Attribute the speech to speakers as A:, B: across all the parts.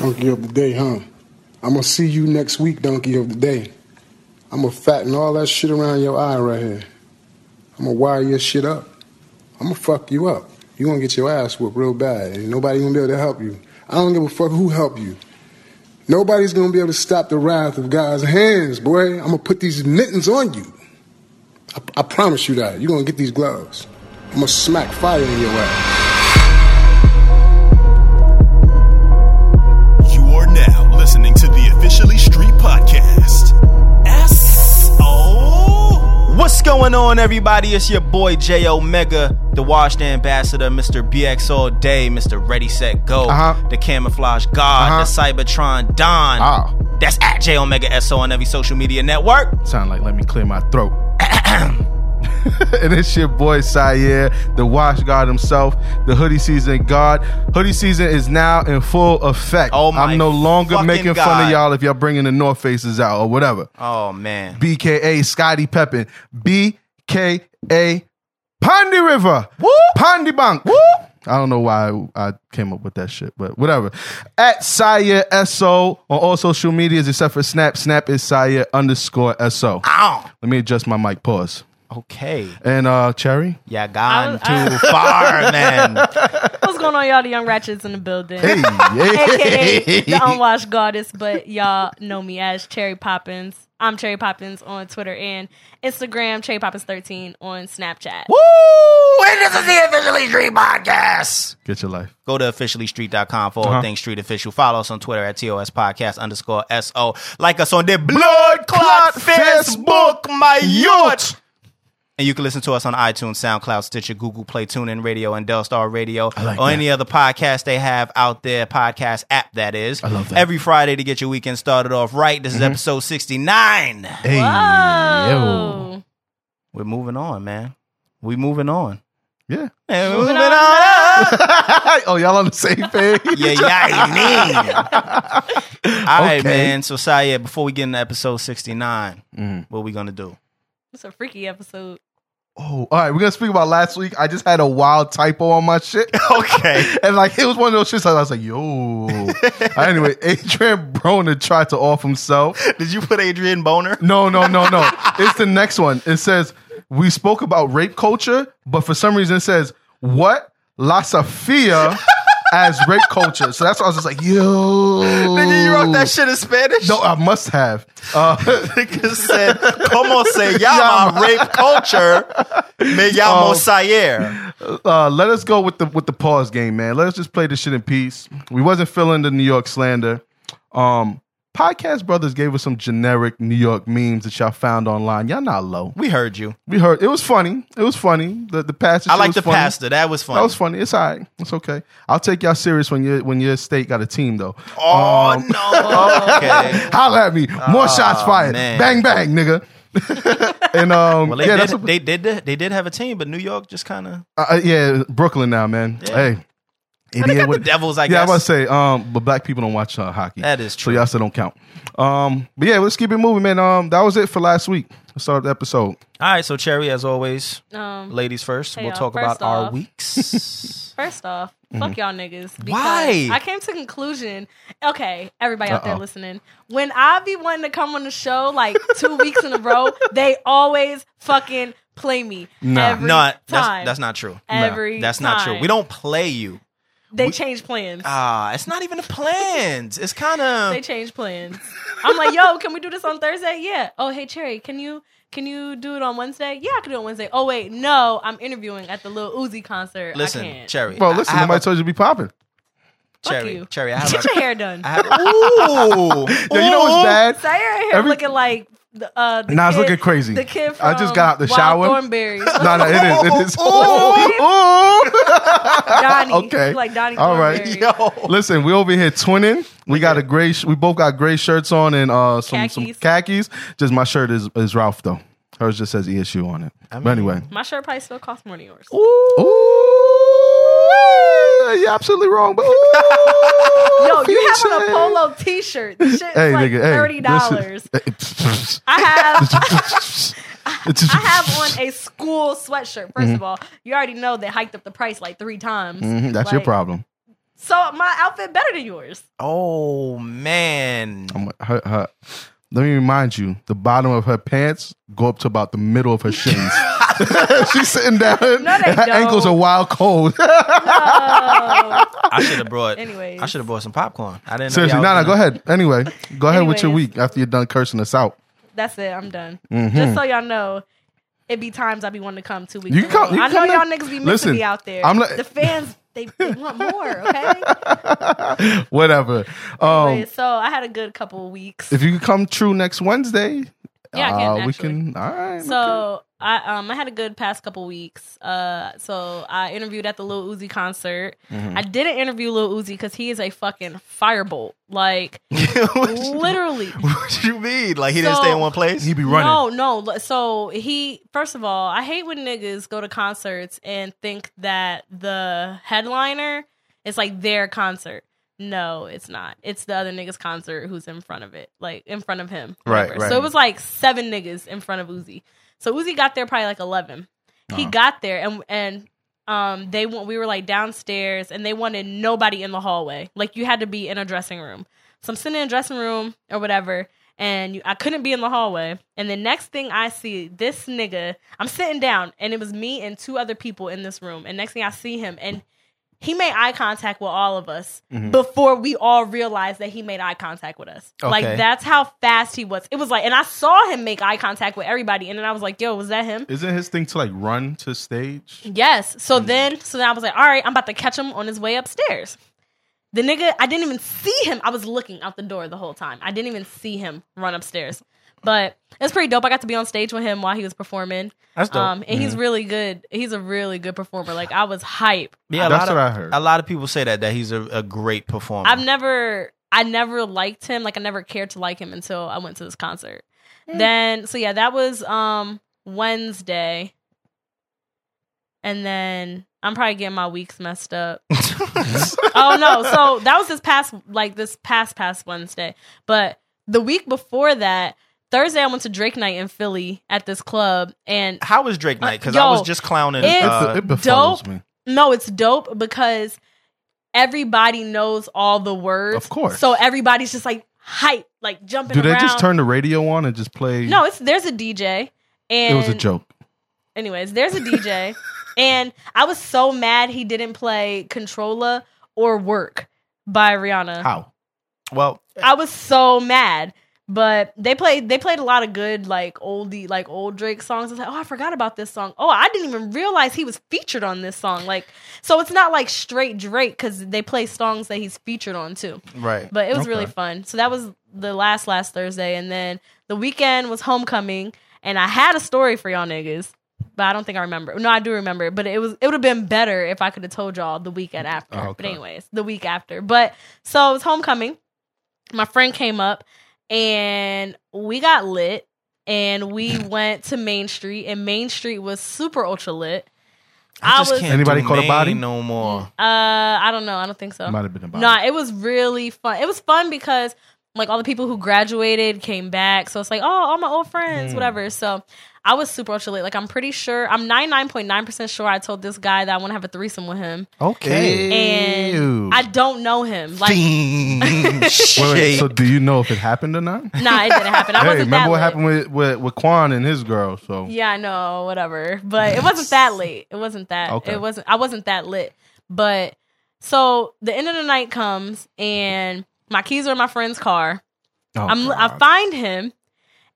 A: Donkey of the day, huh? I'm gonna see you next week, donkey of the day. I'm gonna fatten all that shit around your eye right here. I'm gonna wire your shit up. I'm gonna fuck you up. You gonna get your ass whooped real bad, and nobody gonna be able to help you. I don't give a fuck who help you. Nobody's gonna be able to stop the wrath of God's hands, boy. I'm gonna put these mittens on you. I, I promise you that. You're gonna get these gloves. I'm gonna smack fire in your ass.
B: You are now listening to the Officially Street Podcast. S.O.
C: What's going on, everybody? It's your boy J Omega, the washed ambassador, Mr. BX all day, Mr. Ready Set Go,
D: Uh-huh.
C: the camouflage god,
D: Uh-huh.
C: the Cybertron Don.
D: Ah.
C: That's at J Omega SO on every social media network.
D: Sound like let me clear my throat. and it's your boy Sire, the wash god himself, the hoodie season god. Hoodie season is now in full effect.
C: Oh my
D: I'm no longer
C: fucking
D: making fun
C: God.
D: of y'all if y'all bringing the North Faces out or whatever.
C: Oh man,
D: BKA Scotty Peppin. BKA Pondy River.
C: Woo!
D: Pondy Bank. I don't know why I came up with that shit, but whatever. At Saya SO on all social medias except for Snap. Snap is Saya underscore SO.
C: ow.
D: Let me adjust my mic. Pause.
C: Okay,
D: And uh Cherry.
C: yeah, gone
E: I-
C: too far, man.
E: What's going on, y'all? The Young Ratchets in the building.
D: Hey,
E: AKA
D: hey.
E: the Unwashed Goddess, but y'all know me as Cherry Poppins. I'm Cherry Poppins on Twitter and Instagram, Cherry Poppins13 on Snapchat.
C: Woo! And this is the Officially Street Podcast.
D: Get your life.
C: Go to officiallystreet.com for all
D: Uh-huh.
C: things street official. Follow us on Twitter at TOS podcast underscore SO. Like us on the Blood Clot
D: Clot
C: Facebook,
D: Facebook,
C: my yacht. And you can listen to us on iTunes, SoundCloud, Stitcher, Google Play, TuneIn Radio, and Delstar Radio,
D: like
C: or
D: that.
C: any other podcast they have out there, podcast app that Mm-hmm. is. I
D: love that.
C: Every Friday to get your weekend started off right. This is episode 69.
D: Hey. yo.
E: Whoa.
C: We're moving on, man. we moving on.
D: Yeah.
C: And we're moving on
E: on
C: up.
D: oh, y'all on the same page?
C: Yeah, yeah, I mean. All right,
D: Okay.
C: man. So, Saya, before we get into episode 69,
D: Mm.
C: what we going to do?
E: It's a freaky episode.
D: Oh, all right. We're gonna speak about last week. I just had a wild typo on my shit.
C: Okay.
D: And like it was one of those shits. I was like, "Yo." anyway, Adrian Broner tried to off himself.
C: Did you put Adrian Boner?
D: No, no, no, no. it's the next one. It says we spoke about rape culture, but for some reason it says what La Sofia as rape culture. So that's why I was just like, "Yo."
C: Nigga, you wrote that shit in Spanish?
D: No, I must have. Uh,
C: Nigga said, como se llama rape culture? Me llamo
D: Um,
C: Sayer.
D: uh, let us go with the with the pause game, man. Let us just play this shit in peace. We wasn't feeling the New York slander. Um, Podcast Brothers gave us some generic New York memes that y'all found online. Y'all not low.
C: We heard you.
D: We heard it was funny. It was funny. The the pastor.
C: I
D: shit
C: like
D: was
C: the
D: funny.
C: pastor. That was fun.
D: That was funny. It's all right. It's okay. I'll take y'all serious when your when your state got a team though.
C: Oh,
D: Um,
C: no. Okay.
D: Holla at me. More shots fired.
C: man.
D: Bang bang, nigga. and um,
C: Well, they,
D: yeah,
C: did,
D: that's what-
C: they did. They did have a team, but New York just kind of
D: uh, yeah, Brooklyn now, man. Hey, idiot.
C: the Devils. I
D: yeah, I
C: guess.
D: was about to say, um, but black people don't watch uh, hockey.
C: That is true.
D: So y'all still don't count. Um, but yeah, let's keep it moving, man. Um, that was it for last week. Let's start the episode.
C: All right, so Cherry, as always,
E: Um,
C: ladies first.
E: Hey,
C: we'll
E: y'all.
C: talk
E: First
C: about our
E: off-
C: weeks.
E: First off, fuck y'all niggas. because
C: Mm-hmm. Why?
E: I came to conclusion. Okay, everybody out there
D: Uh-oh.
E: listening, when I be wanting to come on the show like two weeks in a row, they always fucking play me.
D: Nah.
E: every
C: no,
E: time.
C: that's, that's not true.
E: Every
C: That's not true.
E: time.
C: We don't play you.
E: They
C: we-
E: change plans.
C: Ah, it's not even the plans. It's kind
E: they
C: of
E: change plans. I'm like, yo, can we do this on Thursday? Yeah. Oh, hey Cherry, can you can you do it on Wednesday? Yeah, I can do it on Wednesday. Oh wait, no, I'm interviewing at the Lil Uzi concert. I
C: listen,
E: can't.
C: Cherry.
D: Bro,
C: I-
D: listen,
C: I have
D: nobody
C: a-
D: told you to be popping.
E: Fuck
C: Cherry,
E: you.
C: Cherry. I have
E: Get
C: a,
E: your hair done.
C: I have ooh,
D: Yo, you know what's
C: ooh.
D: bad?
E: Say your hair
D: Every-
E: looking like the uh the
D: Nah, it's
E: kid-
D: looking crazy.
E: The kid from
D: I just got out the
E: Wild
D: shower.
E: Thornberries.
D: No, no, it is. It is.
E: Donnie.
D: Okay.
E: You Like Donnie
D: All right.
E: Thornberry.
C: Yo,
D: Listen, we over here twinning. We got a gray. Sh- we both got gray shirts on and uh some some
E: Khakis.
D: khakis. Just my shirt is is Ralph though. Hers just says ESU on it. but
C: mean-
D: anyway,
E: My shirt probably still costs more than yours.
D: ooh, you're absolutely wrong. But ooh,
E: Yo, you having
D: feature.
E: a polo t-shirt. This shit's
D: Hey,
E: like
D: nigga, hey,
E: $30.
D: this is-
E: I have
D: It's-
E: I have on a school sweatshirt. 1st of all, you already know they hiked up the price like three times.
D: Mhm, that's your
E: Like,
D: problem.
E: So my outfit better than yours.
C: Oh man.
D: I'm like, her, her. Let me remind you, the bottom of her pants go up to about the middle of her shins. She's sitting down.
E: No, they
D: and her ankles
E: don't.
D: are wild cold.
C: I should have brought.
E: Anyways.
C: I should have brought some popcorn. I didn't.
D: Seriously,
C: know
D: nah, nah, go ahead. Anyway, go ahead with your
E: Anyways.
D: week after you're done cursing us out.
E: That's it. I'm done.
D: Mm-hmm.
E: Just so y'all know, it be times I be wanting to come two weeks.
D: You can come-
E: in a row.
D: you
E: I
D: can
E: know y'all
D: come
E: niggas be
D: in.
E: missing
D: Listen,
E: me out there.
D: I'm Um, not-
E: the fans, they, they want more. Okay.
D: Whatever. Um,
E: But, so I had a good couple of weeks.
D: if you could come true next Wednesday, uh,
E: Yeah, I can,
D: we
E: actually.
D: can. All right. okay.
E: So I um I had a good past couple weeks. Uh, so I interviewed at the Lil Uzi concert. I didn't interview Lil Uzi because he is a fucking firebolt. Like literally,
C: what you mean? Like he didn't
E: So-
C: stay in one place?
D: he be running.
E: No, no. l- So he, first of all, I hate when niggas go to concerts and think that the headliner is like their concert. No, it's not. It's the other niggas' concert who's in front of it, like in front of him.
D: Right,
E: whatever.
D: right.
E: So it was like seven niggas in front of Uzi. So Uzi got there probably like 11 He
D: Uh-huh.
E: got there and and um they went, we were like downstairs and they wanted nobody in the hallway. Like you had to be in a dressing room. So I'm sitting in a dressing room or whatever, and you, I couldn't be in the hallway. And the next thing I see, this nigga, I'm sitting down, and it was me and two other people in this room. And next thing I see him, and he made eye contact with all of us before we all realized that he made eye contact with us. Like
C: Okay.
E: that's how fast he was. It was like, and I saw him make eye contact with everybody, and then I was like, "Yo, was that him?"
D: Isn't his thing to like run to stage?
E: Yes. So then, so then I was like, all right, I'm about to catch him on his way upstairs. The nigga, I didn't even see him. I was looking out the door the whole time. I didn't even see him run upstairs. But it's pretty dope. I got to be on stage with him while he was performing.
C: That's dope.
E: Um, and he's really good. He's a really good performer. Like I was hype.
C: Mm-hmm. yeah, a
D: That's
C: lot of,
D: what I heard.
C: A lot of people say that that he's a, a great performer.
E: I've never, I never liked him. Like I never cared to like him until I went to this concert. Then, so yeah, that was um Wednesday. And then I'm probably getting my weeks messed up. oh no so that was this past like this past past wednesday but the week before that thursday i went to drake night in philly at this club and
C: How was Drake night? Because I
E: yo,
C: was just clowning.
E: it's-
D: It's-
C: Uh,
D: it befuddles
E: dope.
D: me.
E: no it's dope because everybody knows all the words
D: Of course.
E: so everybody's just like hype like jumping
D: Do they
E: around.
D: just turn the radio on and just play?
E: no it's there's a
D: it
E: dj and
D: was a joke.
E: anyways there's a dj and i was so mad he didn't play controller or work by rihanna
D: How?
C: well,
E: I was so mad. But they played they played a lot of good like oldie like old Drake songs. I was like, oh, I forgot about this song. Oh, I didn't even realize he was featured on this song. Like, so it's not like straight Drake because they play songs that he's featured on too.
C: right.
E: But it was
D: Okay.
E: really fun. So that was the last last Thursday, and then the weekend was homecoming, and I had a story for y'all niggas, but I don't think I remember. No, I do remember, but it was it would have been better if I could have told y'all the weekend after.
D: Oh,
E: But
D: okay.
E: anyways, the week after. But so it was homecoming. My friend came up, and we got lit, and we went to Main Street, and Main Street was super ultra lit.
C: I,
E: I
C: just
E: was-
C: can't
D: Anybody
C: do
D: caught a
C: Maine
D: body?
C: no more.
E: Uh, I don't know. I don't think so.
D: It might have been about.
E: No, it was really fun. It was fun because like all the people who graduated came back. So it's like, oh, all my old friends,
D: Hmm.
E: whatever. So I was super ultra late. Like I'm pretty sure I'm 99.9% sure I told this guy that I want to have a threesome with him.
D: Okay.
E: And
D: Ew.
E: I don't know him. Like
D: Wait, wait,
C: Shit.
D: so do you know if it happened or not? hey,
E: nah, it didn't happen. I wasn't
D: remember
E: that
D: what
E: lit.
D: happened with, with with Quan and his girl? So
E: Yeah, I know, whatever. But it wasn't that late. It wasn't that.
D: Okay.
E: It wasn't. I wasn't that lit. But so the end of the night comes, and my keys are in my friend's car.
D: Oh,
E: I'm I
D: God.
E: find him,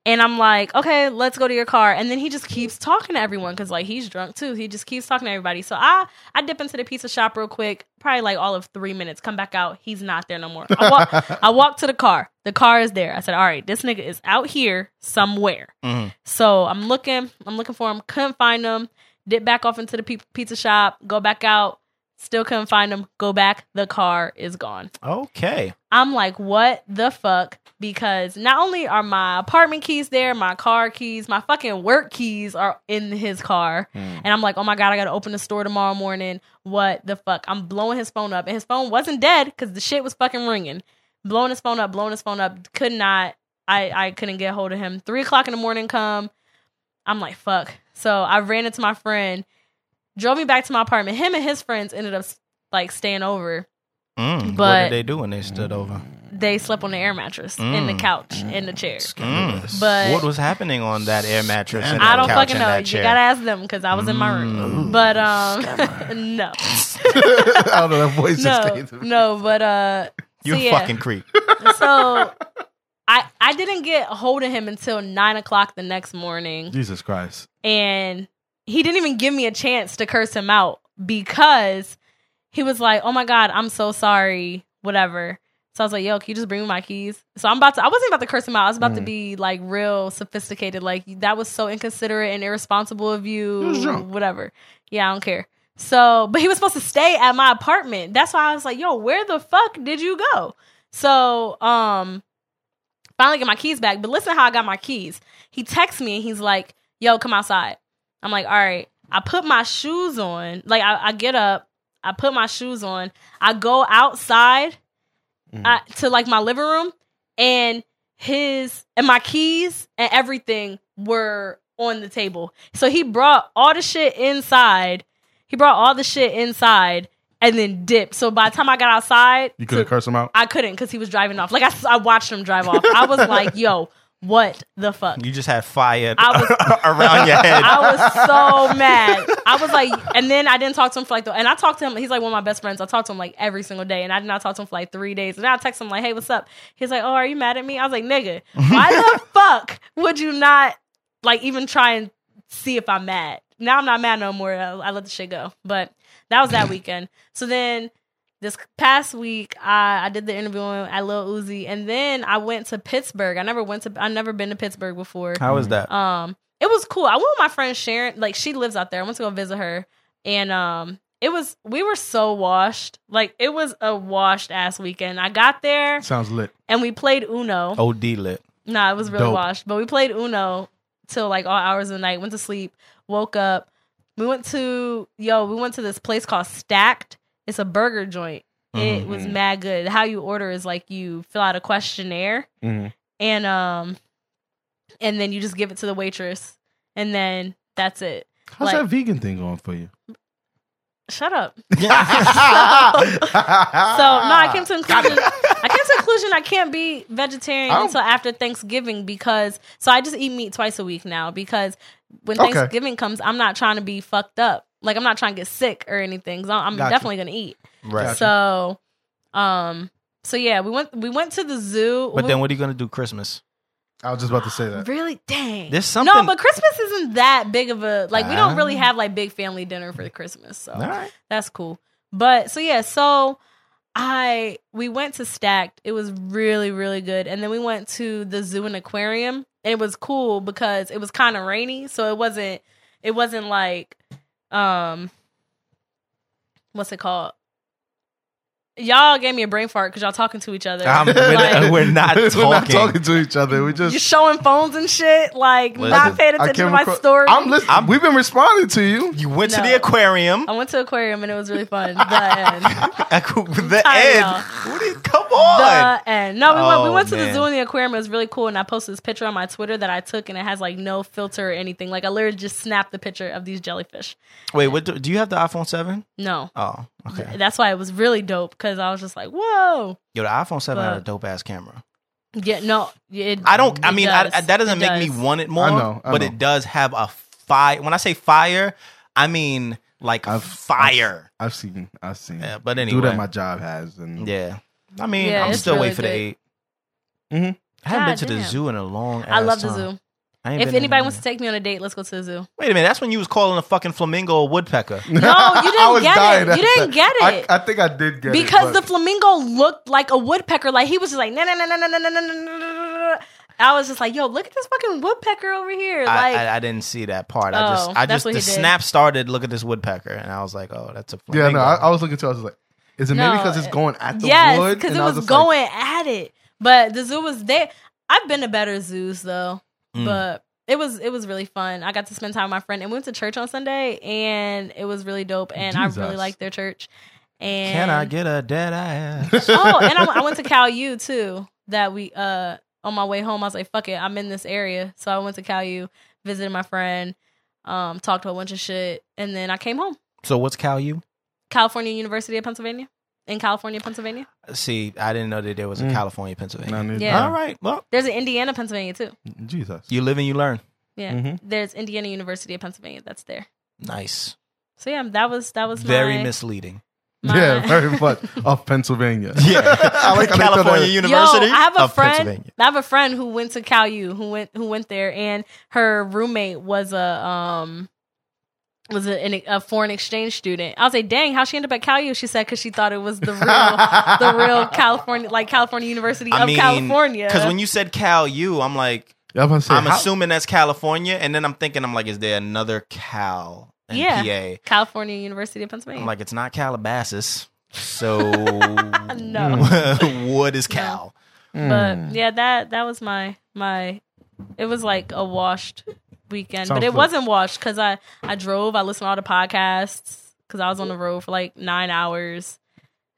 E: and I'm like, okay, let's go to your car. And then he just keeps talking to everyone because like he's drunk too. He just keeps talking to everybody. So I I dip into the pizza shop real quick, probably like all of three minutes. Come back out, he's not there no more. I walk I walk to the car. The car is there. I said, all right, this nigga is out here somewhere.
D: Mm-hmm.
C: Mhm.
E: So I'm looking, I'm looking for him. Couldn't find him. Dip back off into the pe- pizza shop. Go back out. Still couldn't find him. Go back. The car is gone.
C: okay.
E: I'm like, what the fuck? Because not only are my apartment keys there, my car keys, my fucking work keys are in his car. And I'm like, oh my God, I gotta open the store tomorrow morning. What the fuck? I'm blowing his phone up. And his phone wasn't dead because the shit was fucking ringing. Blowing his phone up, blowing his phone up. Could not, I, I couldn't get hold of him. Three o'clock in the morning come. I'm like, fuck. So I ran into my friend, drove me back to my apartment. Him and his friends ended up like staying over
C: Mm, what
E: But-
C: did they do when they stood over?
E: They slept on the air mattress in the couch in the chair.
C: Mm.
E: But-
C: what was happening on that air mattress? And
E: I
C: that
E: don't
C: couch
E: fucking
C: and
E: know.
C: That
E: You
C: chair? Mm.
E: gotta ask them because I was in my room. But um, no,
D: I don't know. That voice just
E: no,
D: came to me.
E: no. But uh,
C: you
E: so,
C: a
E: yeah.
C: fucking creep.
E: so I I didn't get a hold of him until nine o'clock the next morning,
D: Jesus Christ.
E: and he didn't even give me a chance to curse him out because he was like, "Oh my god, I'm so sorry, whatever." So I was like, "Yo, can you just bring me my keys?" So I'm about to. I wasn't about to curse him out. I was about to be like real sophisticated. Like that was so inconsiderate and irresponsible of you.
D: He was drunk.
E: Whatever. Yeah, I don't care. So, but he was supposed to stay at my apartment. That's why I was like, "Yo, where the fuck did you go?" So, um, finally get my keys back. But listen how I got my keys. He texts me and he's like, yo, come outside. I'm like, all right. I put my shoes on. Like, I, I get up, I put my shoes on, I go outside I, to like my living room, and his and my keys and everything were on the table. So he brought all the shit inside. He brought all the shit inside and then dipped. So by the time I got outside,
D: You could have cursed him out.
E: I couldn't because he was driving off. Like I, s- I watched him drive off. I was like, yo, what the fuck?
C: You just had fire
E: I was-
C: around your head.
E: I was so mad. I was like, and then I didn't talk to him for like the, and I talked to him. He's like one of my best friends. I talked to him like every single day, and I did not talk to him for like three days. And then I text him like, hey, what's up? He's like, oh, are you mad at me? I was like, nigga, why the fuck would you not like even try and see if I'm mad? Now I'm not mad no more. I, I let the shit go. But that was that weekend. So then. This past week, I, I did the interview at Lil Uzi, and then I went to Pittsburgh. I never went to, I never been to Pittsburgh before.
C: How was that?
E: Um, it was cool. I went with my friend Sharon. Like she lives out there. I went to go visit her, and um, it was we were so washed. Like it was a washed ass weekend. I got there
D: Sounds lit.
E: and we played Uno.
C: OD lit.
E: Nah, it was really
D: Dope.
E: washed. But we played Uno till like all hours of the night. Went to sleep. Woke up. We went to yo. We went to this place called Stacked. It's a burger joint. It was mad good. How you order is like you fill out a questionnaire
C: Mm-hmm.
D: Mhm.
E: and um and then you just give it to the waitress and then that's it
D: How's
E: Like-
D: that vegan thing going for you?
E: shut up
D: I
E: so no
D: Ah,
E: i came to a conclusion i came to a conclusion i can't be vegetarian
D: Oh.
E: until after thanksgiving because so i just eat meat twice a week now because when
D: Okay.
E: thanksgiving comes i'm not trying to be fucked up like i'm not trying to get sick or anything 'cause i'm I'm
D: Gotcha.
E: definitely gonna eat
C: Right.
E: so um so yeah we went we went to the zoo
C: but
E: We-
C: then what are you gonna do Christmas?
D: was just about to say that.
E: Really? Dang.
C: There's something-
E: No, but Christmas isn't that big of a like we
C: Ah.
E: don't really have like big family dinner for Christmas. So
C: right.
E: that's cool. But so yeah, so I we went to Stacked. It was really, really good. And then we went to the zoo and aquarium. And it was cool because it was kind of rainy. So it wasn't it wasn't like um what's it called? Y'all gave me a brain fart because y'all talking to each other.
C: I'm- we're,
E: Like-
C: we're not talking.
D: We're not talking to each other. We just
E: you're showing phones and shit, like
C: Listen,
E: not paying
D: I
E: attention to
D: came
E: my
D: across-
E: story.
D: I'm listening. We've been responding to you.
C: You went to
E: No. Oh,
C: the aquarium.
E: I went to aquarium and it was really fun. The
C: the
E: tired,
C: end.
E: y'all.
C: What is- come
E: end.
C: on.
E: The end. No, we went. We
C: Oh,
E: went to
C: man.
E: the zoo and the aquarium. It was really cool, and I posted this picture on my Twitter that I took, and it has like no filter or anything. Like I literally just snapped the picture of these jellyfish.
C: Wait, what do, do you have the iPhone seven?
E: No,
C: Oh, okay.
E: that's why it was really dope because I was just like, whoa.
C: Yo, the iPhone seven had a
E: But-
C: dope ass camera.
E: Yeah, no, it,
C: I don't. I
E: it
C: mean, I,
E: does.
C: I- that doesn't
E: It
C: make me
E: does.
C: want it more.
D: I know, I
C: but
D: know.
C: it does have a fire. When I say fire, I mean like
D: I've-
C: fire.
D: I've seen. I've seen.
C: Yeah, but
D: do
C: anyway.
D: that my job has, and
C: yeah. I mean,
E: Yeah,
C: I'm
E: it's
C: still
E: really
C: waiting for the
E: good.
C: eight.
D: Mhm.
C: I haven't been
E: God
C: to the
E: damn.
C: zoo in a long.
E: I
C: ass
E: love the
C: time.
E: zoo.
C: I ain't been
E: If
C: in a
E: anybody
C: minute.
E: wants to take me on a date, let's go to the zoo.
C: wait a minute, that's when you was calling a fucking flamingo a woodpecker.
E: No, you didn't
D: I was
E: get it.
D: dying
E: You
D: at
E: didn't
D: that.
E: get it.
D: I, I think I did get
E: because
D: it
E: the flamingo looked like a woodpecker. Like he was just like no no no no no no no no no. no. I was just like, yo, look at this fucking woodpecker over here.
C: I,
E: Like
C: I, I didn't see that part. I just,
E: Oh,
C: I
E: that's
C: just
E: what
C: the
E: he did.
C: snap started. Look at this woodpecker, and I was like, oh, that's a
D: but, yeah,
C: flamingo.
D: no, I, I was looking to. I was like, is it maybe
E: No,
D: because it's going at the
E: yes,
D: wood?
E: because
D: And
E: it
D: I
E: was,
D: just like,
E: going at it. But the zoo was there. I've been to better zoos though,
C: Mm.
E: but it was it was really fun. I got to spend time with my friend, and we went to church on Sunday, and it was really dope. And I
D: Jesus.
E: really liked their church. And
C: Mm. Can I get a dead ass?
E: oh, and I, went- I went to Cal U too. That we uh on my way home, I was like, "Fuck it, I'm in this area." So I went to Cal U, visited my friend, um, talked to a bunch of shit, and then I came home.
C: so what's Cal U?
E: California University of Pennsylvania. in California, Pennsylvania.
C: See, I didn't know that there
D: Mm.
C: was a California, Pennsylvania.
D: Nah, neither.
E: Yeah.
C: All right. Well,
E: There's an Indiana, Pennsylvania too.
D: Jesus.
C: you live and you learn.
E: Yeah,
D: Mm-hmm.
E: there's Indiana University of Pennsylvania. That's there.
C: Nice.
E: So yeah, that was that was
C: Very
E: my,
C: misleading.
E: my-
D: Yeah, very much of Pennsylvania.
C: Yeah. I like
D: how they throw
C: California
D: that-
C: University.
E: Yo, I have a
C: of
E: friend.
C: Pennsylvania.
E: I have a friend who went to Cal U, who went who went there, and her roommate was a um was a, an, a foreign exchange student. I was like, dang, how she ended up at Cal U? She said because she thought it was the real the real California, like California University
C: I
E: of
C: mean,
E: California.
C: Because when you said Cal U, I'm like,
D: Yeah, I'm, gonna say,
C: I'm
D: how-
C: assuming that's California, and then I'm thinking, I'm like, is there another Cal in
E: Yeah.
C: PA?
E: California University of Pennsylvania.
C: I'm like, it's not Calabasas. So
E: no,
C: what is Cal? Hmm.
E: but yeah, that that was my my. It was like a washed weekend,
D: Sounds
E: but it
D: good.
E: wasn't washed because I I drove. I listened to all the podcasts because I was on the road for like nine hours.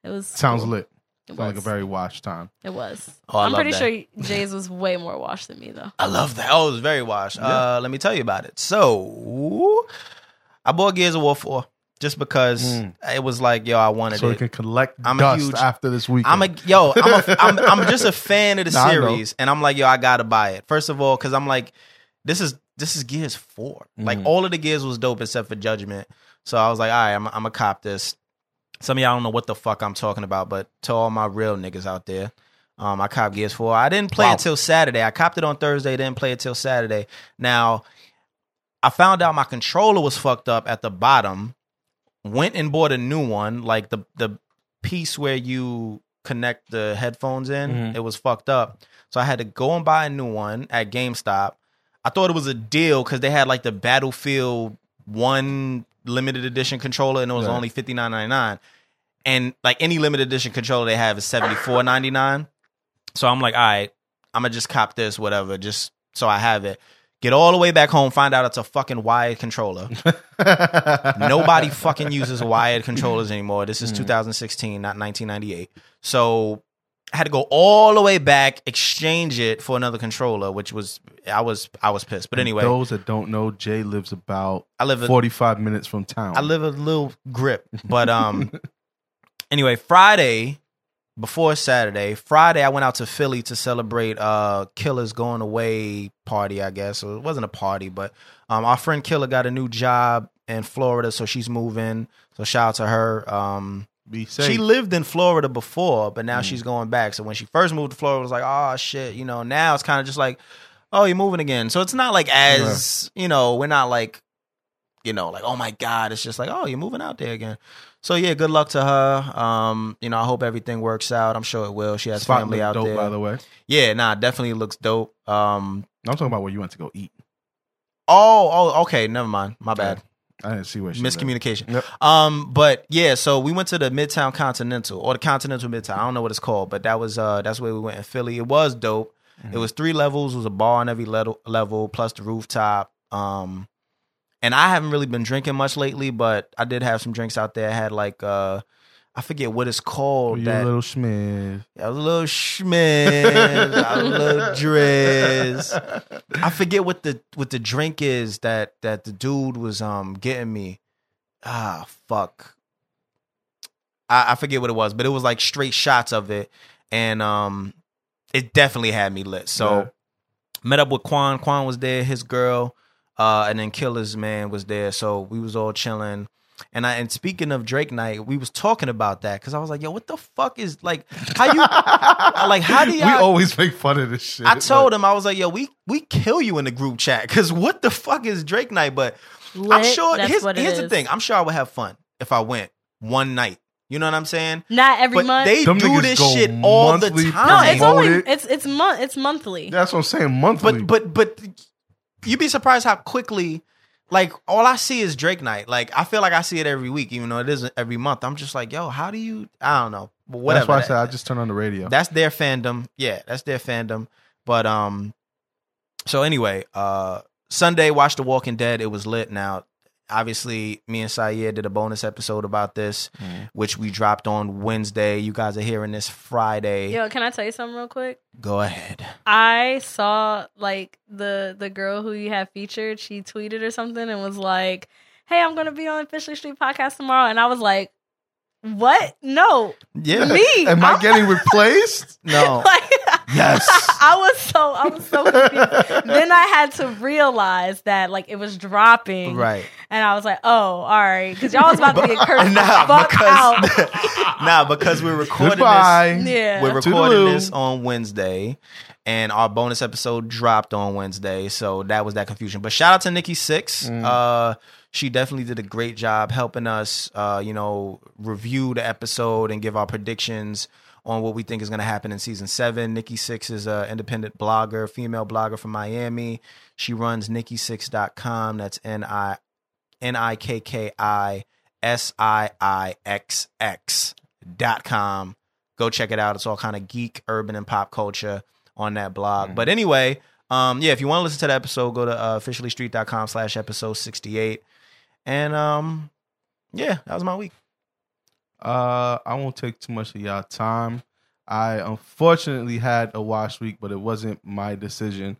E: It was
D: Sounds lit.
E: It
D: Sounds like a
E: was.
D: very washed time.
E: It was.
C: Oh, I
E: I'm
C: love
E: pretty
C: that.
E: sure Jay's was way more washed than me though.
C: I love that. Oh, it was very washed. Uh, let me tell you about it. So I bought Gears of War 4 just because it was like, yo, I wanted
D: Mm. So we
C: it.
D: can collect
C: I'm a
D: dust
C: huge-
D: after this weekend.
C: I'm a yo. I'm, a, I'm I'm just a fan of the
D: Nah, I know.
C: series, and I'm like yo. I gotta buy it first of all because I'm like, this is this is Gears 4
D: Mm-hmm.
C: Like all of the Gears was dope except for Judgment. So I was like, all right, I'm I'm a cop this. Some of y'all don't know what the fuck I'm talking about, but to all my real niggas out there, um, I cop Gears Four. I didn't play it till Saturday. I copped it on Thursday, didn't play it till Saturday. Now, I found out my controller was fucked up at the bottom. Went and bought a new one, like the the piece where you connect the headphones in. It was fucked up, so I had to go and buy a new one at GameStop. I thought it was a deal because they had like the Battlefield One limited edition controller, and it was
D: Right.
C: only fifty nine ninety nine. And like any limited edition controller they have is seventy four ninety nine. So I'm like, all right, I'm gonna just cop this, whatever, just so I have it. Get all the way back home, find out it's a fucking wired controller. Nobody fucking uses wired controllers anymore. This is 2016, not 1998. So I had to go all the way back, exchange it for another controller, which was I was I was pissed. But anyway,
D: Those that don't know, Jay lives about
C: I live a-
D: 45 minutes from town.
C: I live a little grip. But um anyway, Friday before Saturday, Friday I went out to Philly to celebrate uh Killer's going away party, I guess. So it wasn't a party, but um our friend Killer got a new job in Florida, so she's moving. So shout out to her. Um
D: Be
C: she
D: safe.
C: lived in Florida before, but
D: Mm.
C: now she's going back. So when she first moved to Florida, it was like, oh shit, you know. Now it's kind of just like, oh, you're moving again. So it's not like as you know, we're not like, you know, like oh my god, it's just like oh, you're moving out there again. So yeah, good luck to her. Um, you know, I hope everything works out. I'm sure it will. She has
D: Spot
C: family
D: looked
C: out
D: dope,
C: there.
D: by the way. I'm
C: Yeah, nah, definitely looks dope. Um,
D: talking about where you went to go eat.
C: oh, oh, okay, never mind. My bad.
D: I didn't see where she lived.
C: Miscommunication.
D: Yep.
C: Um, but yeah, so we went to the Midtown Continental or the Continental Midtown. I don't know what it's called, but that was uh that's where we went in Philly. It was dope.
D: Mm-hmm.
C: It was three levels. It was a bar on every level, level plus the rooftop. Um, and I haven't really been drinking much lately, but I did have some drinks out there. I had like uh, I forget what it's
D: Were
C: called.
D: you
C: That
D: a little Smith.
C: I was a little schmiz, I was a little dress. I forget what the what the drink is that that the dude was um getting me. Ah fuck. I, I forget what it was, but it was like straight shots of it. And um it definitely had me lit. So
D: Yeah.
C: met up with Quan. Quan was there, his girl, uh, and then Killer's man was there. So we was all chilling. And I and speaking of Drake night, we was talking about that because I was like, yo, what the fuck is like how you like how do
D: We
C: y'all
D: always make fun of this shit.
C: I told him I was like, "Yo, we we kill you in the group chat because what the fuck is Drake night?" But I'm
E: Lit,
C: sure
E: that's
C: here's,
E: what it
C: here's the
E: is.
C: thing: I'm sure I would have fun if I went one night. You know what I'm saying?
E: Not every
C: but
E: month.
C: they
D: Them
C: do
D: niggas
C: this
D: go
C: shit all the
D: monthly
C: time.
E: no, it's
D: promote
E: only
D: it.
E: it's it's month it's monthly.
D: That's what I'm saying. Monthly.
C: but but but you'd be surprised how quickly. Like all I see is Drake night. Like I feel like I see it every week, even though it isn't every month. I'm just like, yo, how do you? I don't know, but whatever.
D: That's why I
C: That-
D: said I just turn on the radio.
C: That's their fandom. Yeah, that's their fandom. But um so anyway, uh Sunday watched The Walking Dead. It was lit now. Obviously, me and Sayed did a bonus episode about this, which we dropped on Wednesday. You guys are hearing this Friday.
E: Yo, can I tell you something real quick?
C: Go ahead.
E: I saw like the the girl who you have featured, she tweeted or something and was like, "Hey, I'm going to be on Officially Street podcast tomorrow." And I was like, What? No.
C: Yeah.
E: Me.
D: Am I
E: I'm-
D: getting replaced?
C: No.
E: like,
D: Yes.
E: I was so I was so confused. then I had to realize that like it was dropping.
C: Right.
E: And I was like, oh, all right. Because y'all was about to get cursed the
C: Nah,
E: fuck out.
C: nah, because we're recording
D: Goodbye.
C: this.
E: Yeah.
C: We're
D: Toodaloo.
C: recording this on Wednesday, and our bonus episode dropped on Wednesday, so that was that confusion. But shout out to Nikki Six. Uh, she definitely did a great job helping us, uh, you know, review the episode and give our predictions on what we think is going to happen in season seven. Nikki Six is an independent blogger, female blogger from Miami. She runs nikki6.com. That's N I N I K K I S I I X X dot com. Go check it out. It's all kind of geek, urban, and pop culture on that blog. But anyway, um, yeah, if you want to listen to that episode, go to uh, officiallystreet.com slash episode 68. And um, yeah, that was my week.
D: Uh, I won't take too much of y'all time. I unfortunately had a wash week, but it wasn't my decision.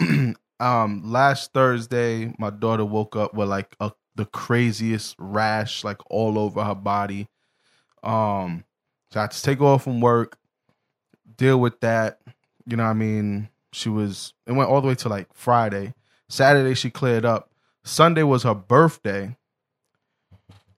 D: um, last Thursday, my daughter woke up with like a, the craziest rash, like all over her body. Um, so I had to take off from work, deal with that. You know, what I mean, she was. It went all the way to like Friday. Saturday she cleared up. Sunday was her birthday,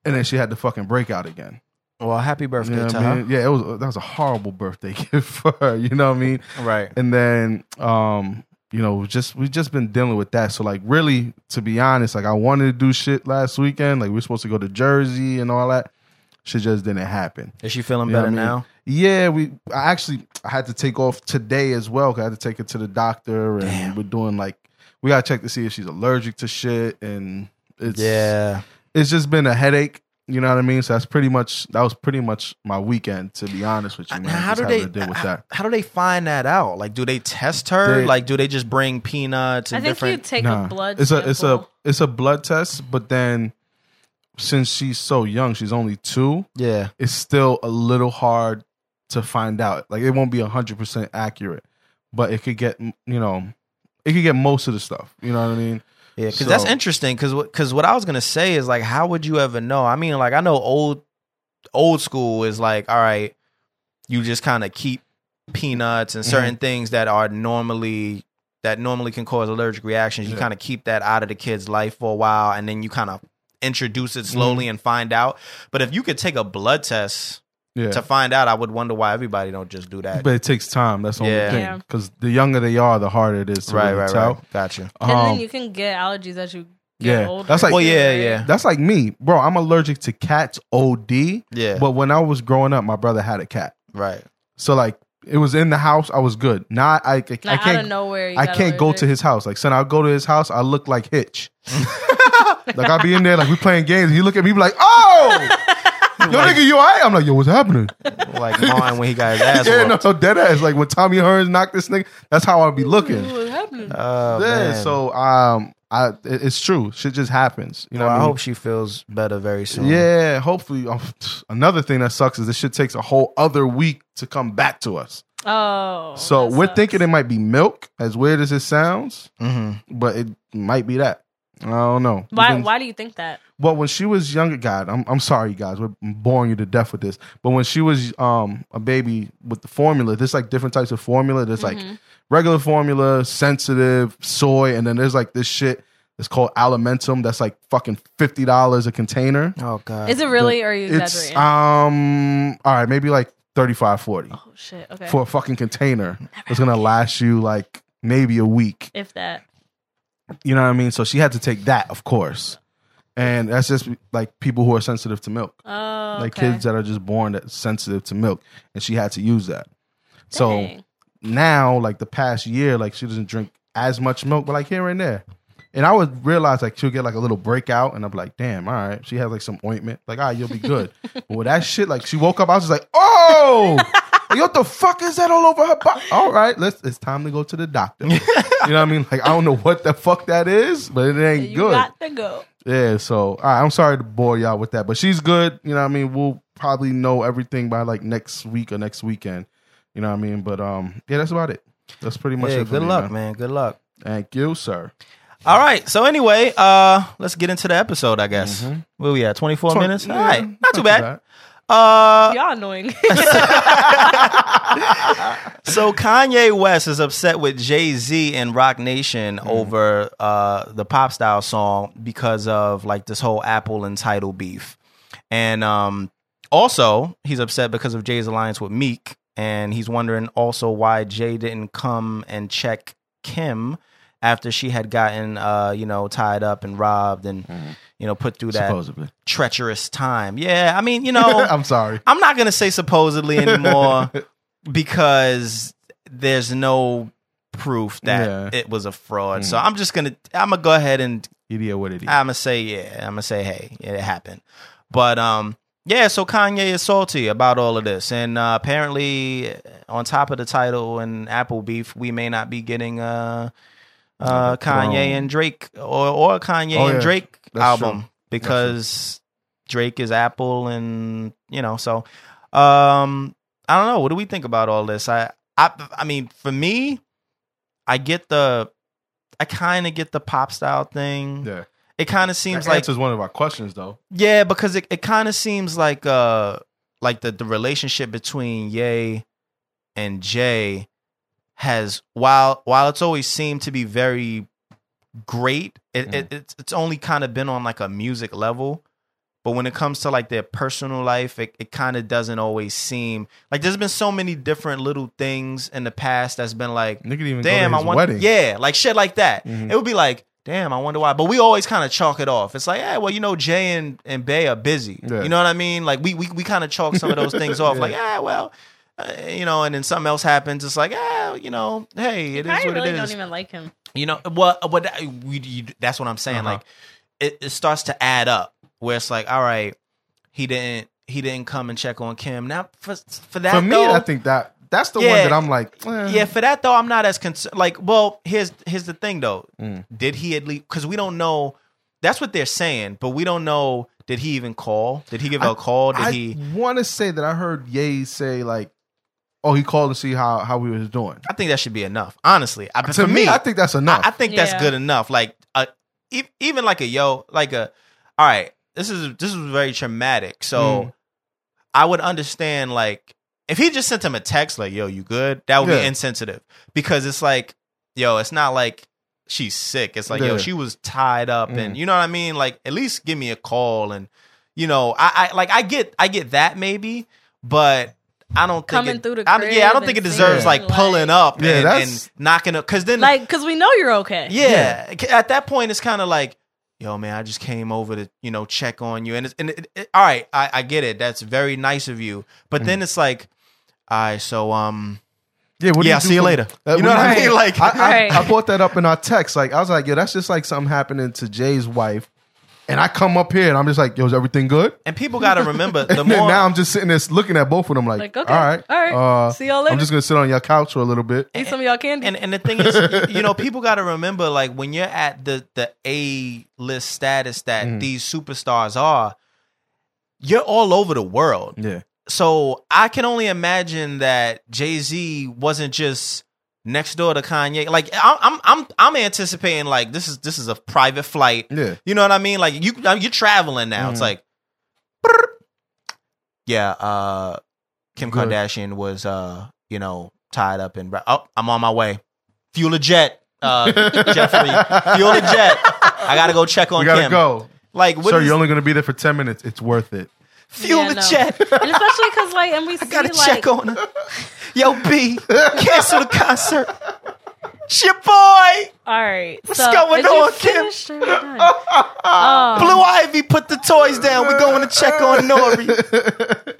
D: and then she had the fucking breakout again.
C: Well, happy birthday
D: Yeah,
C: to
D: I mean, yeah, it was that was a horrible birthday gift for her. You know what I mean?
C: her. Right.
D: And then, um, you know, we just we've just been dealing with that. So like, really, to be honest, like I wanted to do shit last weekend. Like we were supposed to go to Jersey and all that. Shit just didn't happen.
C: Is she feeling
D: You know
C: better
D: what I mean?
C: now?
D: Yeah, we. I actually I had to take off today as well. 'cause I had to take her to the doctor, and we're doing like we gotta check to see if she's allergic to shit, and it's
C: Yeah.
D: it's just been a headache. You know what I mean? So that's pretty much that was pretty much my weekend. To be honest
E: Uh,
D: with you, man,
C: Now, how
D: Just
C: do
D: having
C: they
D: to deal with
C: how,
D: that?
C: how do they find that out? Like, do they test her?
D: They-
C: like, do they just bring peanuts
E: I
C: and
E: think you
C: different?
E: take
D: Nah.
E: a blood
D: It's a it's a
E: sample.
D: it's a blood test, but then since she's so young, she's only two.
C: yeah.
D: It's still a little hard to find out. Like it won't be hundred percent accurate, but it could get you know it could get most of the stuff. You know what I mean?
C: Yeah, because that's
D: So-
C: interesting. Because because what I was gonna say is like, how would you ever know? I mean, like I know old old school is like, all right, you just kind of keep peanuts and
D: Mm-hmm.
C: certain things that are normally that normally can cause allergic reactions. You
D: Yeah.
C: kind of keep that out of the kid's life for a while, and then you kind of introduce
D: Mm-hmm.
C: it slowly and find out. But if you could take a blood test
D: Yeah.
C: to find out, I would wonder why everybody don't just do that.
D: But it takes time. That's the
C: Yeah.
D: only
E: Yeah.
D: thing. Because the younger they are, the harder it is to
C: right,
D: really
C: right,
D: tell.
C: right. Gotcha.
E: And
D: Um,
E: then you can get allergies as you get
D: yeah,
E: older.
D: that's like-
C: Well,
E: too,
C: yeah,
E: right?
C: yeah,
D: That's like me, bro. I'm allergic to cats OD.
C: yeah.
D: But when I was growing up, my brother had a cat.
C: right.
D: So like it was in the house, I was good. Now I I, I can't
E: Like, out of nowhere. You
D: I
E: got
D: can't go to
E: allergic.
D: his house. Like son, I'll go to his house, I look like Hitch. like I'll be in there, like we playing games, and he look at me be like, Oh Yo nigga, you alright? I'm like, yo, what's happening?
C: Like Martin when he got his ass.
D: yeah,
C: whooped.
D: no, so dead ass. Like when Tommy Hearns knocked this nigga, that's how I'll be looking.
E: Ooh, what happened?
C: Oh,
D: yeah,
C: man.
D: so um I it- it's true. Shit just happens. You know
C: Well,
D: what
C: I,
D: I mean?
C: hope she feels better very soon.
D: Yeah, hopefully. um, another thing that sucks is this shit takes a whole other week to come back to us.
E: Oh.
D: so
E: that
D: we're
E: sucks.
D: thinking it might be milk, as weird as it sounds,
C: hmm
D: but it might be that. I don't know.
E: Why,
D: Even-
E: why do you think that?
D: Well, when she was younger, God, I'm I'm sorry, guys, we're boring you to death with this. But when she was um a baby with the formula, there's like different types of formula. There's
E: Mm-hmm.
D: like regular formula, sensitive, soy, and then there's like this shit. It's called alimentum. That's like fucking fifty dollars a container.
C: Oh God.
E: Is it really, or are you
D: It's
E: exaggerating?
D: um all right, maybe like 35 40
E: oh, shit. Okay.
D: for a fucking container. It's going to last you like maybe a week.
E: if that.
D: You know what I mean? So she had to take that, of course. And that's just like people who are sensitive to milk.
E: Oh.
D: Like
E: okay.
D: kids that are just born that's sensitive to milk and she had to use that. So
E: Dang.
D: now, like the past year, like she doesn't drink as much milk, but like here and there. And I would realize like she'll get like a little breakout, and I'm like, damn, all right. She has like some ointment. Like, all right, you'll be good. but with that shit, like she woke up, I was just like, oh, like, what the fuck is that all over her body? All right, let's. It's time to go to the doctor. you know what I mean? Like I don't know what the fuck that is, but it ain't
E: you
D: good.
E: got to go.
D: yeah. So all right, I'm sorry to bore y'all with that, but she's good. You know what I mean? We'll probably know everything by like next week or next weekend. You know what I mean? But um, yeah, that's about it. That's pretty much
C: Yeah,
D: it. for
C: good
D: me,
C: luck,
D: man.
C: man. Good luck.
D: Thank you, sir.
C: All right. So anyway, Mm-hmm. uh, let's get into the episode. I guess. Where we at? Twenty four minutes.
D: Yeah,
C: All right. Not too bad. Uh,
E: Y'all annoying.
C: so Kanye West is upset with Jay Z and Rock Nation over uh, the pop style song because of like this whole Apple and title beef, and um, also he's upset because of Jay's alliance with Meek, and he's wondering also why Jay didn't come and check Kim after she had gotten uh, you know tied up and robbed and you know put through that
D: Supposedly.
C: treacherous time. Yeah, I mean you know
D: I'm sorry.
C: I'm not gonna say supposedly anymore because there's no proof that
D: Yeah.
C: it was a fraud. So I'm just gonna I'm gonna go ahead and
D: Idiot, what idiot.
C: I'm gonna say yeah. I'm gonna say hey, it happened. But um, yeah. So Kanye is salty about all of this, and uh, apparently, on top of the title and Apple beef, we may not be getting uh, uh,
D: throne.
C: Kanye and Drake or or Kanye
D: Oh,
C: and
D: yeah.
C: Drake
D: That's
C: album
D: true.
C: because Drake is Apple, and you know. So um, I don't know. What do we think about all this? I I I mean, for me, I get the. I kind of get the pop style thing
D: yeah.
C: it kind of seems
D: That
C: like
D: answers one of our questions, though.
C: yeah because it, it kind of seems like uh like the, the relationship between Ye and Jay has while while it's always seemed to be very great it,
D: Mm.
C: it it's, it's only kind of been on like a music level but when it comes to like their personal life it, it kind of doesn't always seem like there's been so many different little things in the past that's been like
D: Nigga didn't even
C: damn,
D: go to
C: I
D: his
C: want,
D: wedding.
C: yeah, like shit like that.
D: Mhm.
C: It would be like, damn, I wonder why. But we always kind of chalk it off. It's like, yeah, well, you know, Jay and, and Bay are busy.
D: Yeah.
C: You know what I mean? Like we we, we kind of chalk some of those things off. Like, yeah, well, uh, you know, and then something else happens. It's like, ah, you know, hey, it is
E: I
C: what
E: really
C: it
E: don't
C: is.
E: even like him.
C: You know, well, uh, what that- we, you, that's what I'm saying.
D: Uh-huh.
C: Like, it, it starts to add up where it's like, all right, he didn't he didn't come and check on Kim. Now for for that
D: For me,
C: though,
D: I think that that's the one
C: Yeah.
D: that I'm like, eh.
C: yeah, for that though, I'm not as concerned. Like, well, here's here's the thing though.
D: Mm.
C: Did he at least? Because we don't know. That's what they're saying, but we don't know. Did he even call? Did he give her a call? Did
D: I
C: he?
D: want to say that I heard Ye say like, "Oh, he called to see how how we was doing."
C: I think that should be enough. Honestly, I,
D: To me, I think that's enough.
C: Uh, I, I think
E: Yeah.
C: that's good enough. Like a, e- even like a yo, like a all right. This is this is very traumatic. So
D: Mm.
C: I would understand like if he just sent him a text like yo, you good? That would
D: Yeah.
C: be insensitive because it's like yo, it's not like she's sick. It's like yo,
D: Yeah.
C: she was tied up and
D: Mm.
C: you know what I mean. Like at least give me a call and you know I, I like I get I get that maybe, but. I don't think
E: Coming
C: it,
E: through the
C: I don't- yeah, I
E: crib
C: don't think it
E: and
C: deserves
D: seeing,
C: like,
E: like-
C: pulling up
D: Yeah,
C: and,
D: that's-
C: and knocking up because then
E: Like, cause we know you're okay.
C: yeah. C- At that point, it's kind of like, yo, man, I just came over to, you know, check on you. And, it's, and it, it- all right, I, I get it. That's very nice of you. But
D: Mm.
C: then it's like, all right, so, um,
D: yeah, what do
C: yeah, I'll
D: do
C: see you
D: for-
C: later.
D: Uh,
C: you know
D: what
C: what
D: do
C: I
D: do?
C: mean? Like,
D: I, I,
E: Right.
D: I brought that up in our text. Like, I was like, "Yo, that's just like something happening to Jay's wife," and I come up here and I'm just like, "Yo, is everything good?"
C: and people got to remember the
D: And then
C: more.
D: now I'm just sitting there looking at both of them like,
E: Like,
D: all
E: okay,
D: right, uh,
E: all right, see y'all later."
D: I'm just gonna sit on your couch for a little bit.
E: Eat some of y'all candy.
C: and and the thing is, y- you know, people got to remember like when you're at the the A list status that
D: Mm.
C: these superstars are, you're all over the world.
D: Yeah,
C: so I can only imagine that Jay Z wasn't just next door to Kanye. Like I'm, I'm, I'm, I'm anticipating like this is this is a private flight.
D: yeah. Mm-hmm.
C: You know what I mean? Like you, you're traveling now. It's like, yeah. Uh, Kim
D: Good.
C: Kardashian was, uh, you know, tied up in. Oh, I'm on my way. Fuel a jet, uh, Jeffrey. Fuel a jet. I gotta go check on
D: We gotta
C: Kim.
D: go.
C: Like, what
D: Sir,
C: is-
D: you're only gonna be there for ten minutes. It's worth it.
C: fuel
E: Yeah,
C: a
E: no.
C: jet?
E: and especially because like, and we see
C: gotta
E: like,
C: check on her. Yo, B, cancel the concert. It's your boy,
E: all right, what's
C: going on, Kim?
E: Kim? um,
C: Blue Ivy, put the toys down. We're going to check on Nori.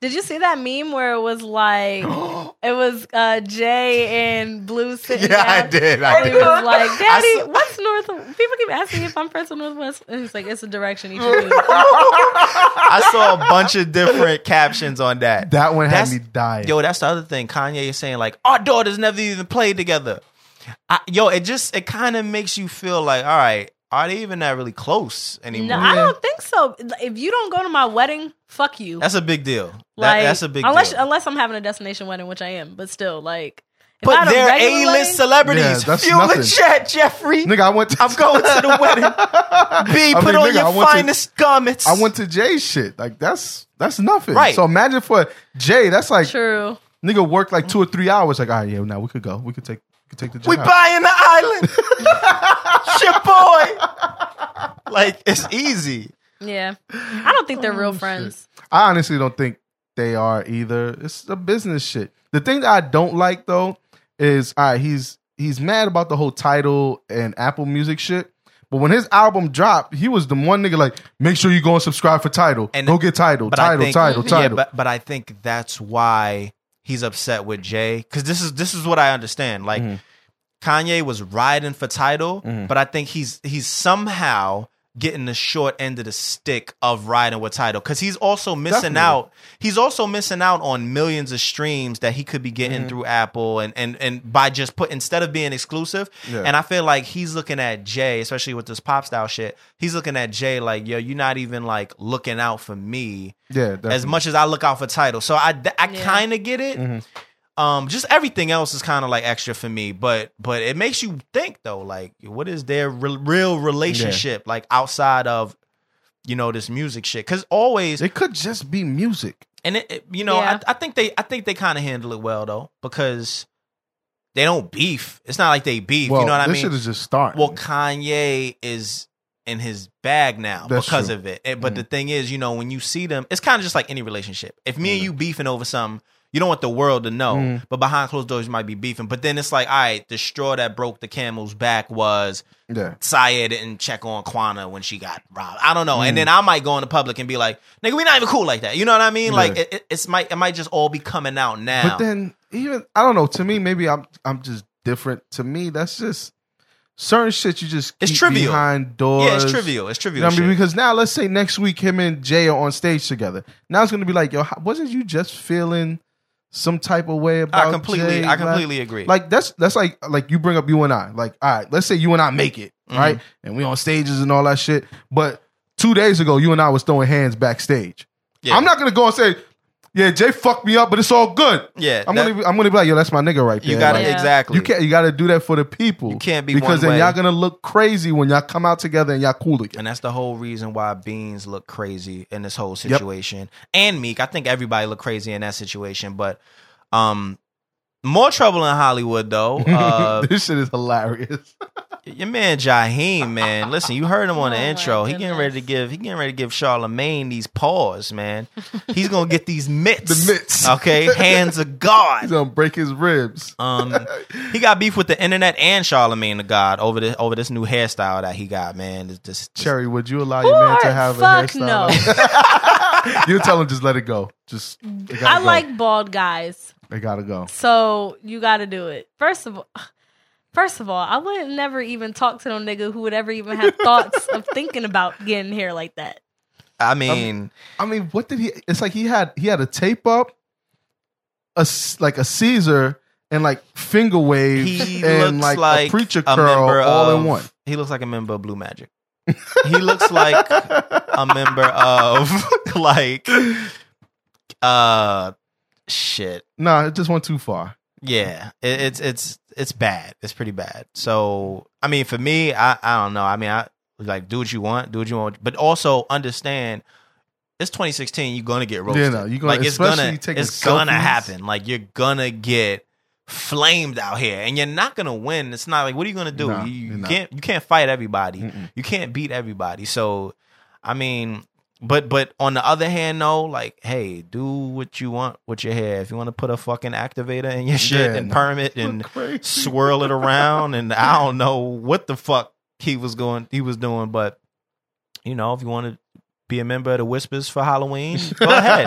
E: Did you see that meme where it was like it was uh, Jay and Blue sitting?
D: Yeah, I
E: down,
D: did.
E: And
D: I
E: he
D: did.
E: was like, "Daddy,
C: saw-
E: what's North?" People keep asking me if I'm friends with Northwest, and he's like, "It's a direction each of you."
C: Oh, I saw a bunch of different captions on that.
D: That one had
C: That's-
D: me dying.
C: Yo, that's the other thing. Kanye is saying like our daughters never even played together. I, yo, it just it kind of makes you feel like, all right, are they even that really close anymore?
E: No, I don't think so. If you don't go to my wedding, fuck you.
C: That's a big deal. That-
E: like
C: that's a big
E: unless
C: deal.
E: unless I'm having a destination wedding, which I am, but still, like If I
C: But
E: had a
C: they're
E: regular
C: A
E: lane-
C: list celebrities.
D: Yeah, that's
C: Fuel
D: nothing.
C: the chat, Jeffrey.
D: Nigga, I went. To,
C: I'm going to the wedding. B,
D: I
C: put
D: mean,
C: on
D: nigga,
C: your
D: I went to-
C: finest garments.
D: I went to Jay's shit. Like that's that's nothing.
C: Right.
D: So imagine for Jay, that's like
E: True.
D: nigga worked like two or three hours. Like, all right, yeah, now we could go. We could take we could take the
C: we
D: jet out.
C: buying the island. it's your boy. Like, it's easy.
E: Yeah. I don't
C: Oh,
E: think they're real friends.
D: I honestly don't think they are either. It's a business shit. The thing that I don't like though is all right, he's he's mad about the whole title and Apple Music shit. But when his album dropped, he was the one nigga like, make sure you go and subscribe for title.
C: And-
D: go get title,
C: But
D: title,
C: I think,
D: title,
C: Yeah,
D: title.
C: but, but I think that's why he's upset with Jay. Because this is this is what I understand. Like
D: Mm-hmm.
C: Kanye was riding for title, but I think he's he's somehow getting the short end of the stick of riding with title. Because he's also missing
D: Definitely.
C: out. He's also missing out on millions of streams that he could be
D: Mm-hmm.
C: getting through Apple and and and by just put instead of being exclusive.
D: Yeah.
C: And I feel like he's looking at Jay, especially with this pop style shit. He's looking at Jay like, yo, you're not even like looking out for me
D: yeah,
C: as
D: definitely. Mm. Mm-hmm.
C: much as I look out for title. So I I
E: Yeah.
C: kind of get it. Um, just everything else is kind of like extra for me, but but it makes you think though, like what is their re- real relationship like outside of you know this music shit? Because always
D: it could just be music.
C: and it, it- you know
E: Yeah.
C: I, I think they I think they kind of handle it well though because they don't beef. It's not like they beef.
D: Well,
C: you know what I
D: this
C: mean?
D: shit is just starting.
C: well kanye is in his bag now
D: That's
C: because
D: true. Mm-hmm.
C: of it And- but the thing is you know when you see them it's kind of just like any relationship if me and you beefing over something you don't want the world to know
D: Mm.
C: but behind closed doors you might be beefing but then it's like all right the straw that broke the camel's back was
D: yeah.
C: Saya didn't check on Kwana when she got robbed. I don't know. And
D: Mm.
C: then I might go in the public and be like, nigga, we not even cool like that. You know what I mean?
D: Yeah.
C: Like it, it, it's might it might just all be coming out now.
D: But then even I don't know. To me, maybe I'm I'm just different. To me, that's just certain shit. You just
C: It's
D: keep
C: trivial.
D: behind doors.
C: yeah, it's trivial. It's
D: You
C: trivial.
D: know what I mean?
C: shit.
D: Because now, let's say next week, him and Jay are on stage together. Now it's gonna be like, yo, how, wasn't you just feeling some type of way about?
C: I completely
D: Jay?
C: I
D: Like-
C: completely agree.
D: Like that's that's like like you bring up you and I. Like, all right, let's say you and I make it,
C: Mm-hmm.
D: right? And we on stages and all that shit. But two days ago, you and I was throwing hands backstage.
C: Yeah.
D: I'm not gonna go and say, yeah, Jay fucked me up, but it's all good.
C: Yeah,
D: I'm
C: that-
D: gonna be, I'm gonna be like, yo, that's my nigga right there.
C: You got to
D: Like,
E: Yeah.
C: exactly.
D: You can't. You got to do that for the people.
C: You can't be
D: because
C: one
D: then
C: way.
D: y'all gonna look crazy when y'all come out together and y'all cool again.
C: and that's the whole reason why Beans look crazy in this whole situation. And Meek, I think everybody looked crazy in that situation. But um, more trouble in Hollywood though. Uh,
D: this shit is hilarious.
C: your man Jaheim, man. Listen, you heard him on the
E: Oh, my
C: intro. He getting ready to
E: goodness.
C: give. He getting ready to give Charlemagne these paws, man. He's gonna get these mitts.
D: The mitts.
C: Okay, hands of
D: He's
C: God.
D: gonna break his ribs.
C: Um, he got beef with the internet and Charlemagne the God over this over this new hairstyle that he got, man. This, this, this
D: Cherry, would you allow
E: Who
D: your man to
E: are-
D: have
E: fuck
D: a hairstyle? like- you tell him just let it go. Just it gotta
E: I
D: go.
E: like bald guys.
D: It gotta go.
E: So you got to do it. First of all, first of all, I would never even talk to no nigga who would ever even have thoughts of thinking about getting hair like that.
C: I mean,
D: I mean, what did he? It's like he had he had a tape up, a s- like a Caesar and like finger waves
C: he
D: and
C: looks
D: like,
C: like,
D: a preacher
C: a
D: curl
C: member
D: all in
C: of-
D: one.
C: He looks like a member of Blue Magic. he looks like a member of like uh shit.
D: Nah, it just went too far.
C: Yeah, it, it's it's it's bad. It's pretty bad. So I mean, for me, I I don't know. I mean, I like do what you want, do what you want, but also understand. It's 2016. You're gonna get roasted.
D: Yeah, no, you're gonna-
C: like it's
D: especially
C: gonna
D: taking
C: it's gonna
D: selfies.
C: happen. Like you're gonna get flamed out here, and you're not gonna win. It's not like what are you gonna do?
D: Nah,
C: you
D: you're
C: you
D: not.
C: can't you can't fight everybody.
D: Mm-mm.
C: You can't beat everybody. So I mean, but but on the other hand, though, like, hey, do what you want with your hair. If you want to put a fucking activator in your shit
D: Yeah,
C: and
D: no.
C: perm it and swirl it around, and I don't know what the fuck he was going, he was doing, but you know, if you want to be a member of the Whispers for Halloween, go ahead.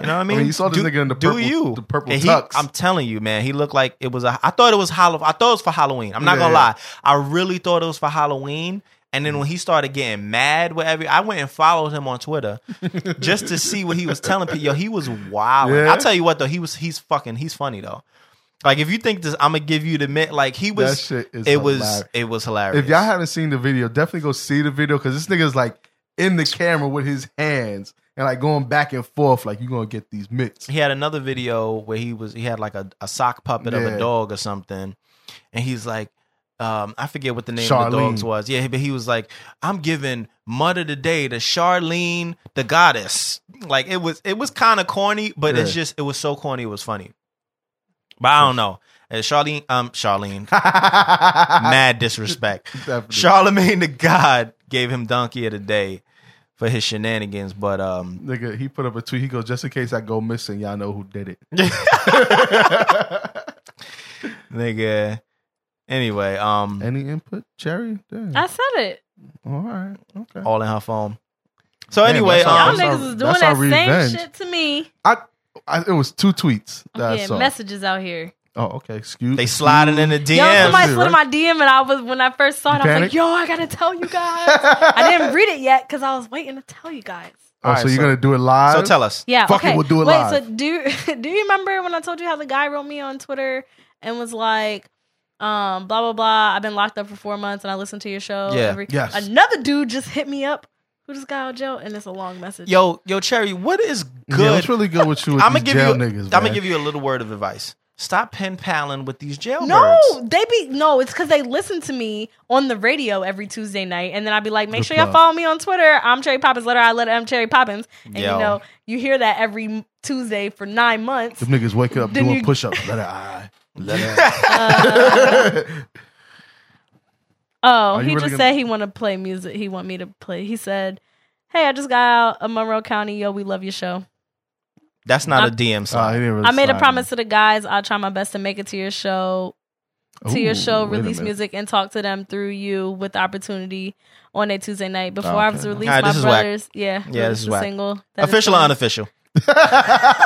C: You know what I mean?
D: you saw this
C: Do-
D: nigga in the
C: do
D: purple,
C: you.
D: the purple
C: And he-
D: tux.
C: I'm telling you, man, he looked like it was a. I thought it was Halloween. I thought it was for Halloween. I'm not
D: Yeah,
C: gonna
D: yeah.
C: lie. I really thought it was for Halloween. And then when he started getting mad with every, I went and followed him on Twitter just to see what he was telling people. Yo, he was wild.
D: Yeah?
C: I'll tell you what though, he was he's fucking he's funny though. Like if you think this, I'm gonna give you the mint. Like he was,
D: That shit is
C: it was
D: hilarious.
C: it was hilarious.
D: if y'all haven't seen the video, definitely go see the video because this nigga is like in the camera with his hands and like going back and forth, like you're gonna get these mixed.
C: he had another video where he was he had like a, a sock puppet of
D: Yeah.
C: a dog or something and he's like um, I forget what the name of the
D: Charlene.
C: dogs was. Yeah, but he was like, "I'm giving mud of the day to Charlene, the goddess." Like it was, it was kind of corny, but it's
D: Yeah.
C: just, it was so corny, it was funny. But I don't know. And Charlene, um, Charlene, mad disrespect.
D: Definitely.
C: Charlemagne the God gave him donkey of the day for his shenanigans, but um,
D: Nigga, he put up a tweet. He goes, "Just in case I go missing, y'all know who did it."
C: nigga. Anyway, um,
D: Any input, Jerry? Damn.
E: I said it.
D: All right, okay.
C: all in her phone. So
D: Damn,
C: anyway,
D: that's all-
E: Y'all
C: um,
D: that's all-
E: niggas is doing
D: that's
E: that
D: our
E: same
D: revenge.
E: shit to me.
D: I, I it was two tweets that I
E: yeah,
D: saw.
E: messages out here.
D: oh, okay. Excuse.
C: they sliding in the DMs.
E: Yo, somebody
D: you,
E: slid in my
D: right?
E: DM, and I was when I first saw
D: You
E: it, I was like,
D: panicked?
E: "Yo, I gotta tell you guys." I didn't read it yet because I was waiting to tell you guys.
D: Oh, so
C: Alright,
D: you're
C: so-
D: gonna do it live?
C: so tell us.
E: Yeah,
D: Fuck it,
E: okay.
D: we'll do it
E: Wait,
D: live.
E: so do do you remember when I told you how the guy wrote me on Twitter and was like, um, blah blah blah. I've been locked up for four months, and I listen to your show.
C: Yeah.
E: Every,
D: Yes.
E: Another dude just hit me up. Who just got out of jail? And it's a long message.
C: Yo, yo, Cherry, what is
D: Yeah,
C: good?
D: what's really good with you? With
C: I'm
D: these
C: gonna give
D: jail
C: you.
D: niggas.
C: I'm gonna
D: man?
C: give you a little word of advice. Stop pen paling with these jailbirds.
E: No, they be no. It's because they listen to me on the radio every Tuesday night, and then I'd be like, "Make
D: Good
E: sure y'all
D: plug.
E: follow me on Twitter. I'm Cherry Poppins. Letter I letter M Cherry Poppins." And
C: Yo.
E: you know, you hear that every Tuesday for nine months.
D: Them niggas wake up
E: Then
D: doing
E: you-
D: push-ups. Let it eye.
E: Oh,
D: Are
E: he
D: you
E: just
D: really gonna-
E: said he want to play music. He want me to play. He said, "Hey, I just got out of Monroe County. Yo, we love your show.
C: that's not a DM
D: Ah, he
C: sign.
D: didn't really
E: Uh, I made a
D: sign
E: promise to the guys. I'll try my best to make it to your show.
D: it.
E: to your
D: Ooh,
E: show,
D: wait a
E: release
D: minute.
E: music, and talk to them through you with the opportunity on a Tuesday night before
D: Oh,
E: I
D: okay.
E: was released.
C: Alright,
E: my
C: this is whack.
E: brothers, yeah,
C: Yeah, this
E: released
C: is
E: the
C: whack.
E: single. That is
C: Official or
E: fine.
C: unofficial?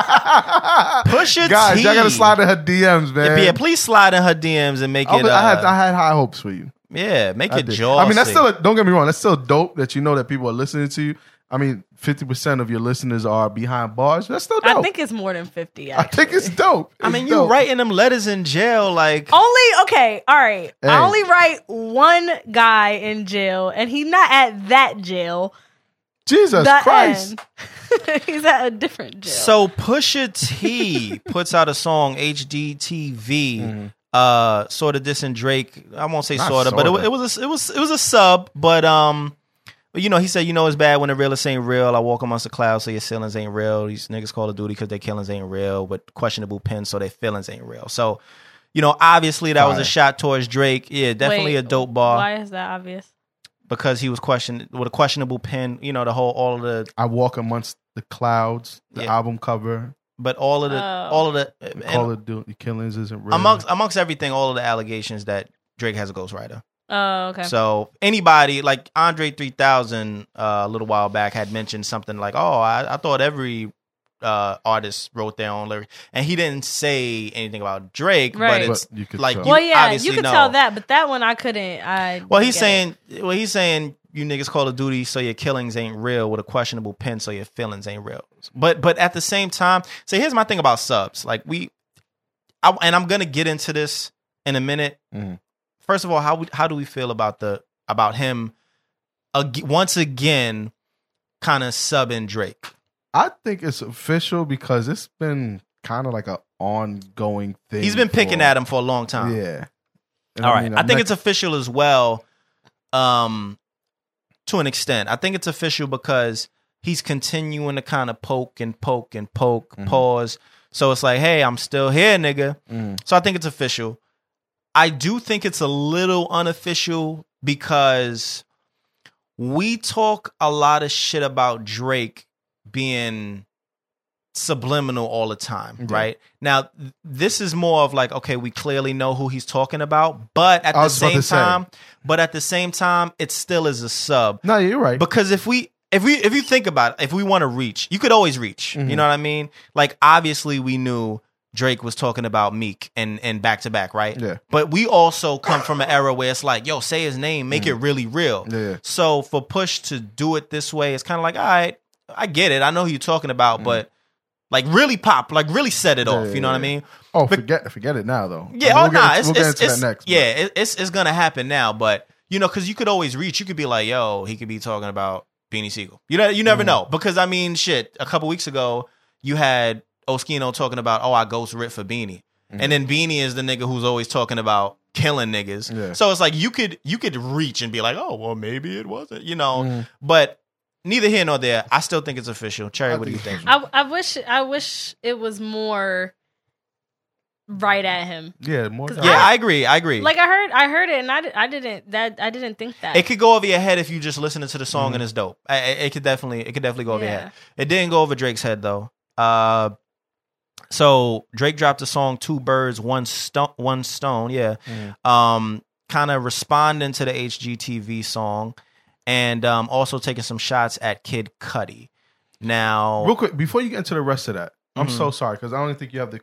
D: Push
C: Pusha
D: Guys,
C: T.
D: y'all gotta slide in her DMs, man.
C: Yeah, please slide in her DMs and make
D: I,
C: it. Uh,
D: was- I had I had high hopes for you.
C: yeah, make
D: I,
C: it
D: did.
C: jaw.
D: I mean, that's
C: sick.
D: still a, don't get me wrong. That's still dope that you know that people are listening to you. I mean, fifty percent of your listeners are behind bars. That's still dope.
E: I think it's more than fifty.
D: I think it's dope.
C: I mean,
D: It's
C: you
D: dope.
C: writing them letters in jail, like
E: Oh, Only okay, all right.
D: Hey.
E: I only write one guy in jail, and he's not at that jail.
D: Jesus
E: the
D: Christ.
E: end. he's at a different jail.
C: So Pusha T puts out a song HDTV. Uh, sort of dissing Drake. I won't say
D: Mm-hmm. Not
C: sort of, but it, wa-
D: sorta.
C: it was a, it was it was a sub. But um, but you know, he said, you know, it's bad when the realest ain't real. I walk amongst the clouds, so your ceilings ain't real. These niggas call of duty because their killings ain't real, but questionable pins, so their feelings ain't real. So, you know, obviously that was a
D: Fire.
C: shot towards Drake. Yeah, definitely
E: Wait,
C: a dope bar
E: Why is that obvious?
C: because he was questioned with a questionable pin. You know, the whole all of the
D: I walk amongst the clouds. The
C: Yeah.
D: album cover.
C: but all of the
E: Oh.
C: all of the and-
D: Call of Duty killings isn't real.
C: amongst amongst everything, all of the allegations that Drake has a ghostwriter.
E: Oh, okay.
C: So anybody like Andre three thousand uh, a little while back had mentioned something like, "Oh, I, I thought every uh, artist wrote their own lyric," and he didn't say anything about Drake,
E: Right.
C: but it's.
D: But you could
C: like,
D: tell.
C: you
E: well, yeah,
C: obviously
E: you could
C: know.
E: tell that, but that one I couldn't. I
C: Well,
E: didn't
C: he's
E: get
C: saying, well, he's saying you niggas Call of Duty, so your killings ain't real with a questionable pen, so your feelings ain't real. But but at the same time, so here's my thing about subs. Like we, I, and I'm gonna get into this in a minute.
D: Mhm.
C: First of all, how we, how do we feel about the about him ag- once again, kind of subbing Drake?
D: I think it's official because it's been kind of like an ongoing thing.
C: He's been picking
D: for-
C: at him for a long time.
D: Yeah. And
C: All right. I,
D: mean, I'm
C: think
D: not-
C: it's official as well. Um, to an extent, I think it's official because he's continuing to kind of poke and poke and poke,
D: Mhm.
C: pause. So it's like, hey, I'm still here, nigga.
D: Mm.
C: So I think it's official. I do think it's a little unofficial because we talk a lot of shit about Drake being subliminal all the time,
D: Yeah.
C: right? Now, th- this is more of like, okay, we clearly know who he's talking about, but at
D: I
C: the
D: was about
C: same
D: to say.
C: time, but at the same time, it still is a sub
D: No, you're right.
C: because if we if we if you think about it, if we want to reach, you could always reach. You
D: Mhm.
C: know what I mean? Like obviously we knew Drake was talking about Meek and and back to back, right?
D: Yeah.
C: But we also come from an era where it's like, yo, say his name, make it really real.
D: Mm-hmm. Yeah.
C: So for Push to do it this way, it's kind of like, all right, I get it. I know who you're talking about, but like really pop, like really set it
D: Mm-hmm. Yeah,
C: off.
D: yeah,
C: you know what I
D: yeah.
C: mean?
D: Oh, forget forget it now though.
C: Yeah, oh
D: I mean, we'll
C: nah,
D: get
C: it's,
D: into, we'll
C: it's,
D: get into
C: it's-
D: that next.
C: yeah, it, it's it's gonna happen now, but you know, because you could always reach. You could be like, yo, he could be talking about Beanie Siegel. You know, you
D: Mm-hmm.
C: never know because I mean, shit. A couple weeks ago, you had Oskino talking about, "Oh, I ghost writ for Beanie,"
D: Mm-hmm.
C: and then Beanie is the nigga who's always talking about killing niggas.
D: Yeah.
C: So it's like you could you could reach and be like, "Oh, well, maybe it wasn't," you know.
D: Mm.
C: But neither here nor there. I still think it's official. Cherry, what do you think?
E: I, I wish I wish it was more right at him.
D: Yeah, more.
E: Cause
C: yeah, I agree. I agree.
E: Like I heard I heard it and I, di- I didn't that I didn't think that.
C: It could go over your head if you just listen to the song
D: Mm-hmm.
C: and it's dope. I, I- it could definitely, it could definitely go over your
E: Yeah.
C: head. It didn't go over Drake's head though. Uh, so Drake dropped the song Two Birds, One Stone, One Stone. Yeah.
D: Mm-hmm.
C: Um, kind of responding to the HGTV song and um, also taking some shots at Kid Cudi. Now,
D: Real quick, before you get into the rest of that, I'm
C: Mm-hmm.
D: so sorry because I don't think you have the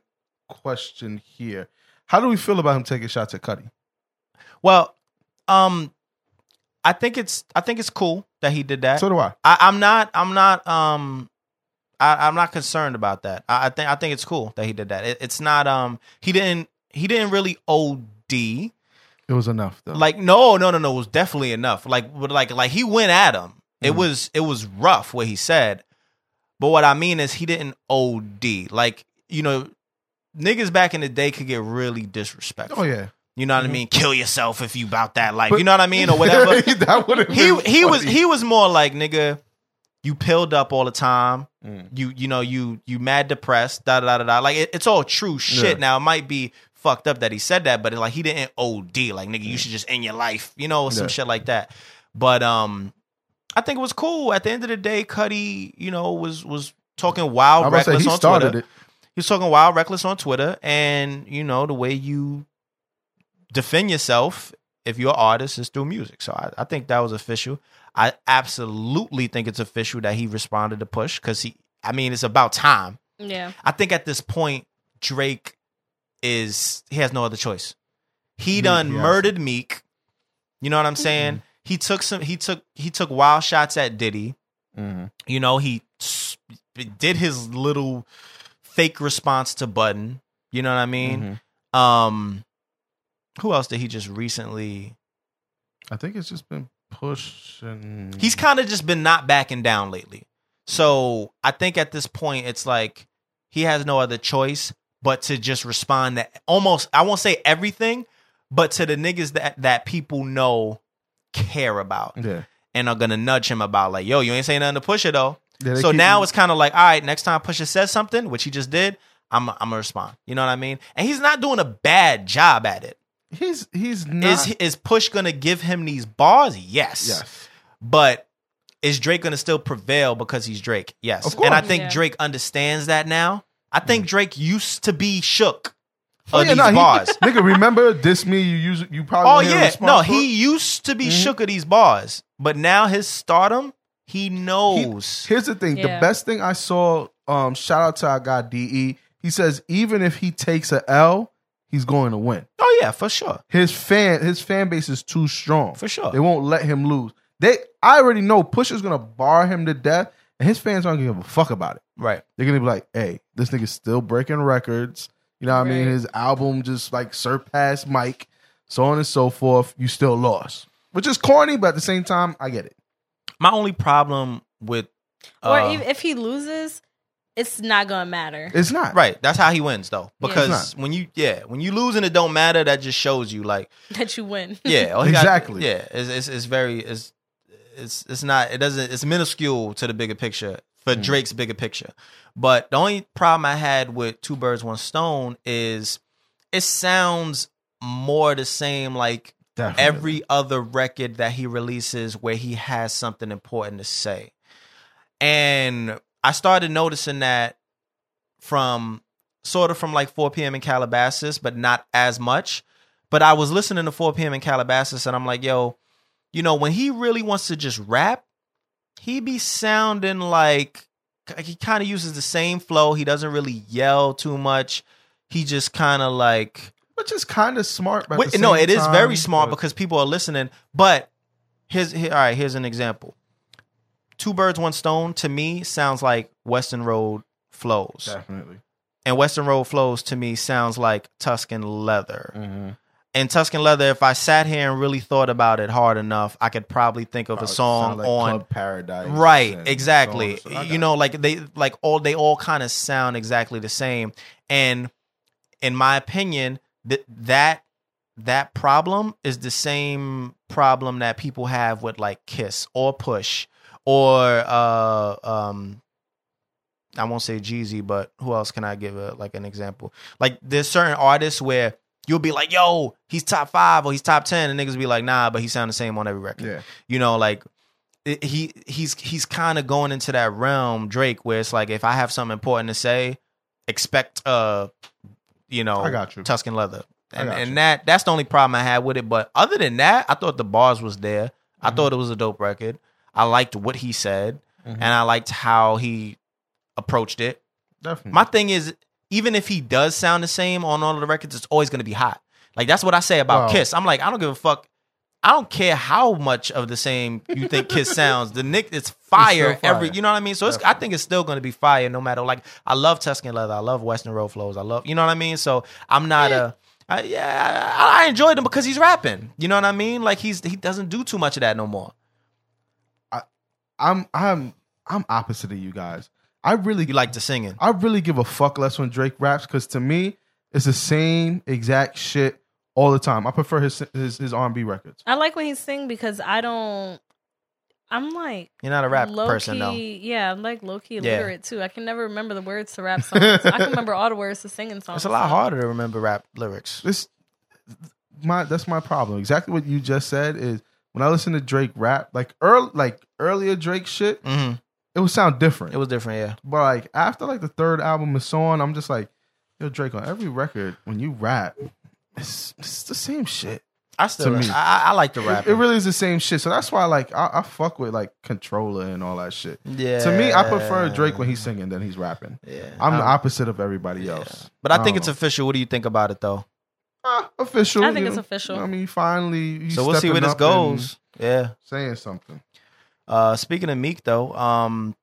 D: question here. How do we feel about him taking shots at Cuddy?
C: well, um, I think it's I think it's cool that he did that.
D: So do I.
C: I, I'm not. I'm not. Um, I, I'm not concerned about that. I, I think. I think it's cool that he did that. It, it's not. Um, he didn't. He didn't really OD.
D: It was enough though.
C: Like no, no, no, no. It was definitely enough. Like, but like, like he went at him. It
D: Mm.
C: was. It was rough what he said. But what I mean is he didn't OD. Like you know, niggas back in the day could get really disrespectful.
D: oh yeah,
C: You know what I mean? Kill yourself if you about that life.
D: But-
C: you know what I mean, or whatever
D: that would
C: he he was he was more like nigga. You pilled up all the time.
D: Mm.
C: You you know you you mad depressed. Da da da da. Like it, it's all true shit.
D: Yeah.
C: Now it might be fucked up that he said that, but it, like he didn't OD. Like nigga, you should just end your life. You know some
D: Yeah.
C: shit like that. But um, I think it was cool. At the end of the day, Cuddy, you know, was was talking wild,
D: I'm about to say
C: reckless
D: he
C: on
D: started
C: Twitter.
D: it.
C: He was talking wild, reckless on Twitter, and you know the way you defend yourself if you're an artist is through music. So I, I think that was official. I absolutely think it's official that he responded to Push because he. I mean, it's about time.
E: yeah.
C: I think at this point, Drake is he has no other choice. He done
D: yeah.
C: murdered Meek. You know what I'm saying? He took some. He took he took wild shots at Diddy.
D: Mm-hmm.
C: You know he s- did his little fake response to Button. You know what I
D: Mm-hmm.
C: mean? Um, who else did he just recently?
D: I think it's just been pushing.
C: he's kind of just been not backing down lately. So I think at this point, it's like he has no other choice but to just respond to almost, I won't say everything, but to the niggas that, that people know care about
D: yeah.
C: and are going to nudge him about, like, yo, you ain't saying nothing to Pusha though.
D: Yeah, they
C: so
D: keep-
C: now it's kind of like, all right, next time Pusha says something, which he just did, I'm, I'm going to respond. You know what I mean? And he's not doing a bad job at it.
D: he's he's not.
C: Is is Push going to give him these bars? Yes
D: yes.
C: but is Drake gonna still prevail because he's Drake? Yes.
D: Of course. Mm.
C: And I think
E: Yeah.
C: Drake understands that now. I think Drake used to be shook
D: Oh,
C: of
D: yeah,
C: these
D: nah, he-
C: bars.
D: nigga, remember this me? You use you probably.
C: oh
D: won't hear a
C: yeah.
D: response
C: No,
D: for
C: he
D: it. Mm-hmm.
C: used to be shook of these bars, but now his stardom, he
D: He-
C: knows.
D: here's the thing. The
E: Yeah.
D: best thing I saw. Um, shout out to our guy De. He says even if he takes a L, he's going to win.
C: oh yeah, for sure.
D: His fan his fan base is too strong.
C: For sure.
D: They won't let him lose. They I already know Push is gonna bar him to death, and his fans aren't gonna give a fuck about it.
C: Right.
D: They're gonna be like, hey, this nigga's still breaking records. You know what I mean?
E: Right.
D: His album just like surpassed Mike, so on and so forth. You still lost. Which is corny, but at the same time, I get it.
C: My only problem with
E: Or
C: uh,
E: even if he loses, it's not gonna matter.
D: It's not.
C: Right. That's how he wins though.
E: Yeah.
C: Because when you yeah, when you lose and it don't matter, that just shows you like
E: that you win.
C: Yeah, all he got-
D: Exactly.
C: yeah, it's, it's it's very it's it's it's not it doesn't it's minuscule to the bigger picture for Drake's bigger picture. But the only problem I had with Two Birds One Stone is it sounds more the same like
D: Definitely.
C: every other record that he releases where he has something important to say. And I started noticing that from sort of from like 4 p.m. in Calabasas, but not as much. But I was listening to 4 p.m. in Calabasas and I'm like, yo, you know, when he really wants to just rap, he be sounding like like he kind of uses the same flow. He doesn't really yell too much. He just kind of like
D: Which is kind of smart. But at
C: Wait,
D: the
C: no,
D: same
C: it is
D: time,
C: very smart
D: but-
C: because people are listening. But here's here, all right. Here's an example. Two birds, one stone. To me, sounds like Western Road flows,
D: definitely.
C: and Western Road flows to me sounds like Tuscan leather. And Tuscan Leather, if I sat here and really thought about it hard enough, I could probably think
D: Oh,
C: of a song
F: Sound like
C: on
F: Club Paradise,
C: right
F: and
C: exactly
F: so on and so- I got
C: you know like they like all they all kind of sound exactly the same and in my opinion th- that that problem is the same problem that people have with like kiss or push or uh um i won't say jeezy but who else can i give a, like an example like there's certain artists where you'll be like yo he's top five or he's top ten and niggas be like nah but he sound the same on every record
D: Yeah.
C: you know like it- he he's he's kind of going into that realm Drake where it's like if I have something important to say expect uh you know
D: I got you.
C: Tuscan leather
D: I
C: and
D: got you.
C: and that that's the only problem I had with it but other than that I thought the bars was there I
D: Mm-hmm.
C: thought it was a dope record I liked what he said
D: Mm-hmm.
C: and I liked how he approached it
D: Definitely.
C: my thing is, even if he does sound the same on all of the records, it's always going to be hot. Like that's what I say about
D: Wow.
C: Kiss. I'm like, I don't give a fuck. I don't care how much of the same you think Kiss sounds. The Nick, it's fire,
F: It's still
C: every.
F: fire.
C: You know what I mean? So it's, I think it's still going to be fire no matter. Like I love Tuscan Leather. I love Western Road Flows. I love. You know what I mean? So I'm not a. I, yeah, I, I enjoyed him because he's rapping. You know what I mean? Like he's he doesn't do too much of that no more.
D: I'm I'm I'm opposite of you guys. I really
C: You like the singing?
D: I really give a fuck less when Drake raps because to me it's the same exact shit all the time. I prefer his his, his R&B records.
E: I like when he sing because I don't. I'm like
C: You're not a rap
E: low
C: person
E: key,
C: though.
E: Yeah, I'm like low key
C: Yeah.
E: literate too. I can never remember the words to rap songs. I can remember all the words to singing songs.
C: It's a lot harder to remember rap lyrics.
D: This my that's my problem. Exactly what you just said is when I listen to Drake rap, like early like earlier Drake shit,
C: hmm
D: it would sound different.
C: It was different, yeah.
D: but like after like the third album and so on, I'm just like, yo Drake on every record when you rap, it's, it's the same shit.
C: I still
D: me.
C: I, I- I like the rap.
D: It really is the same shit. So that's why like I, I fuck with like controller and all that shit.
C: yeah.
D: To me, I prefer Drake when he's singing than he's rapping.
C: Yeah.
D: I'm the
C: Um,
D: opposite of everybody else. Um,
C: but I think
D: don't
C: it's
D: know.
C: official. What do you think about it though?
D: Ah, official.
E: I think
D: you
E: it's
D: know.
E: official.
D: I mean, finally. you
C: So we'll see
D: stepping
C: where this
D: up and
C: goes. Yeah.
D: Saying something.
C: Uh, speaking of Meek though, um,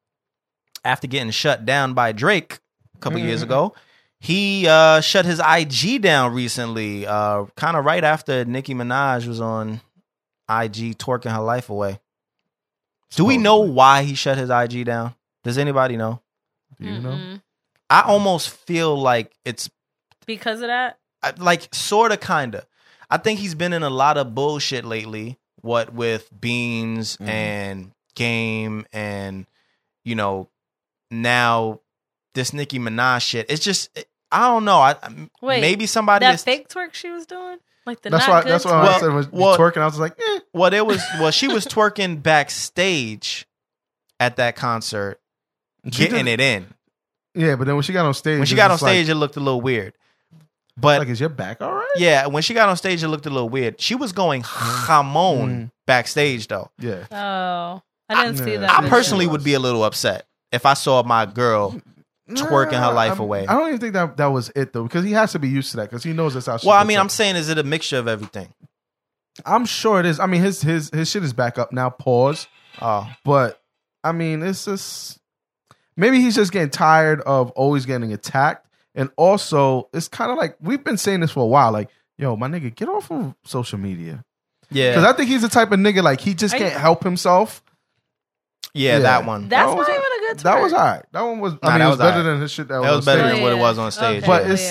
C: after getting shut down by Drake a couple years
D: Mm-hmm.
C: ago, he uh, shut his IG down recently. Uh, kind of right after Nicki Minaj was on IG twerking her life away. Do we know why he shut his IG down? Does anybody know?
D: Do you know?
E: Mm-mm.
C: I almost feel like it's
E: because of that.
C: I- like sort of kind of i think he's been in a lot of bullshit lately what with beans
D: Mm-hmm.
F: Mhm.
C: and game and you know now this nicki minaj shit it's just i don't know i I-
E: Wait,
C: maybe somebody
E: that
C: is
E: fake twerk she was doing, like the
D: That's
E: not
D: why.
E: good
D: That's why
E: twerk.
D: I
C: Well,
D: said when
C: well-
D: you twerking, I was like, eh.
C: well there was well she was twerking backstage at that concert
D: She
C: getting it
D: did-
C: in
D: Yeah, but then when she got on stage,
C: when she
D: it's
C: got on
D: just like-
C: stage uh, it looked a little weird but
D: like, is your back all right?
C: yeah when she got on stage it looked a little weird she was going
D: Mm-hmm.
C: hamon backstage though
D: Yeah.
E: Oh, I didn't see
D: Yeah.
E: that.
D: I
C: I
E: video.
C: personally would be a little upset if I saw my girl. Twerking her life
D: I'm-
C: away.
D: I don't even think that that was it though, because he has to be used to that, because he knows that's how. she
C: Well, I
D: gets
C: mean,
D: up.
C: I'm saying, is it a mixture of everything?
D: I'm sure it is. I mean, his his his shit is back up now. Pause.
C: Oh,
D: But I mean, it's just maybe he's just getting tired of always getting attacked, and also it's kind of like we've been saying this for a while. Like, yo, my nigga, get off of social media
C: yeah,
D: because I think he's the type of nigga like he just
E: Are you-
D: can't help himself.
C: yeah,
D: yeah.
C: that one. That,
E: That's
D: That was-
E: not even a good. Twerk.
D: That was alright. That one was.
C: Nah,
D: I mean,
C: that
D: it
C: was
D: was better
C: alright.
D: than his shit. That,
C: was better than
E: Oh,
C: what it
E: yeah.
C: was on stage.
E: Okay,
D: But
E: yeah,
D: it's-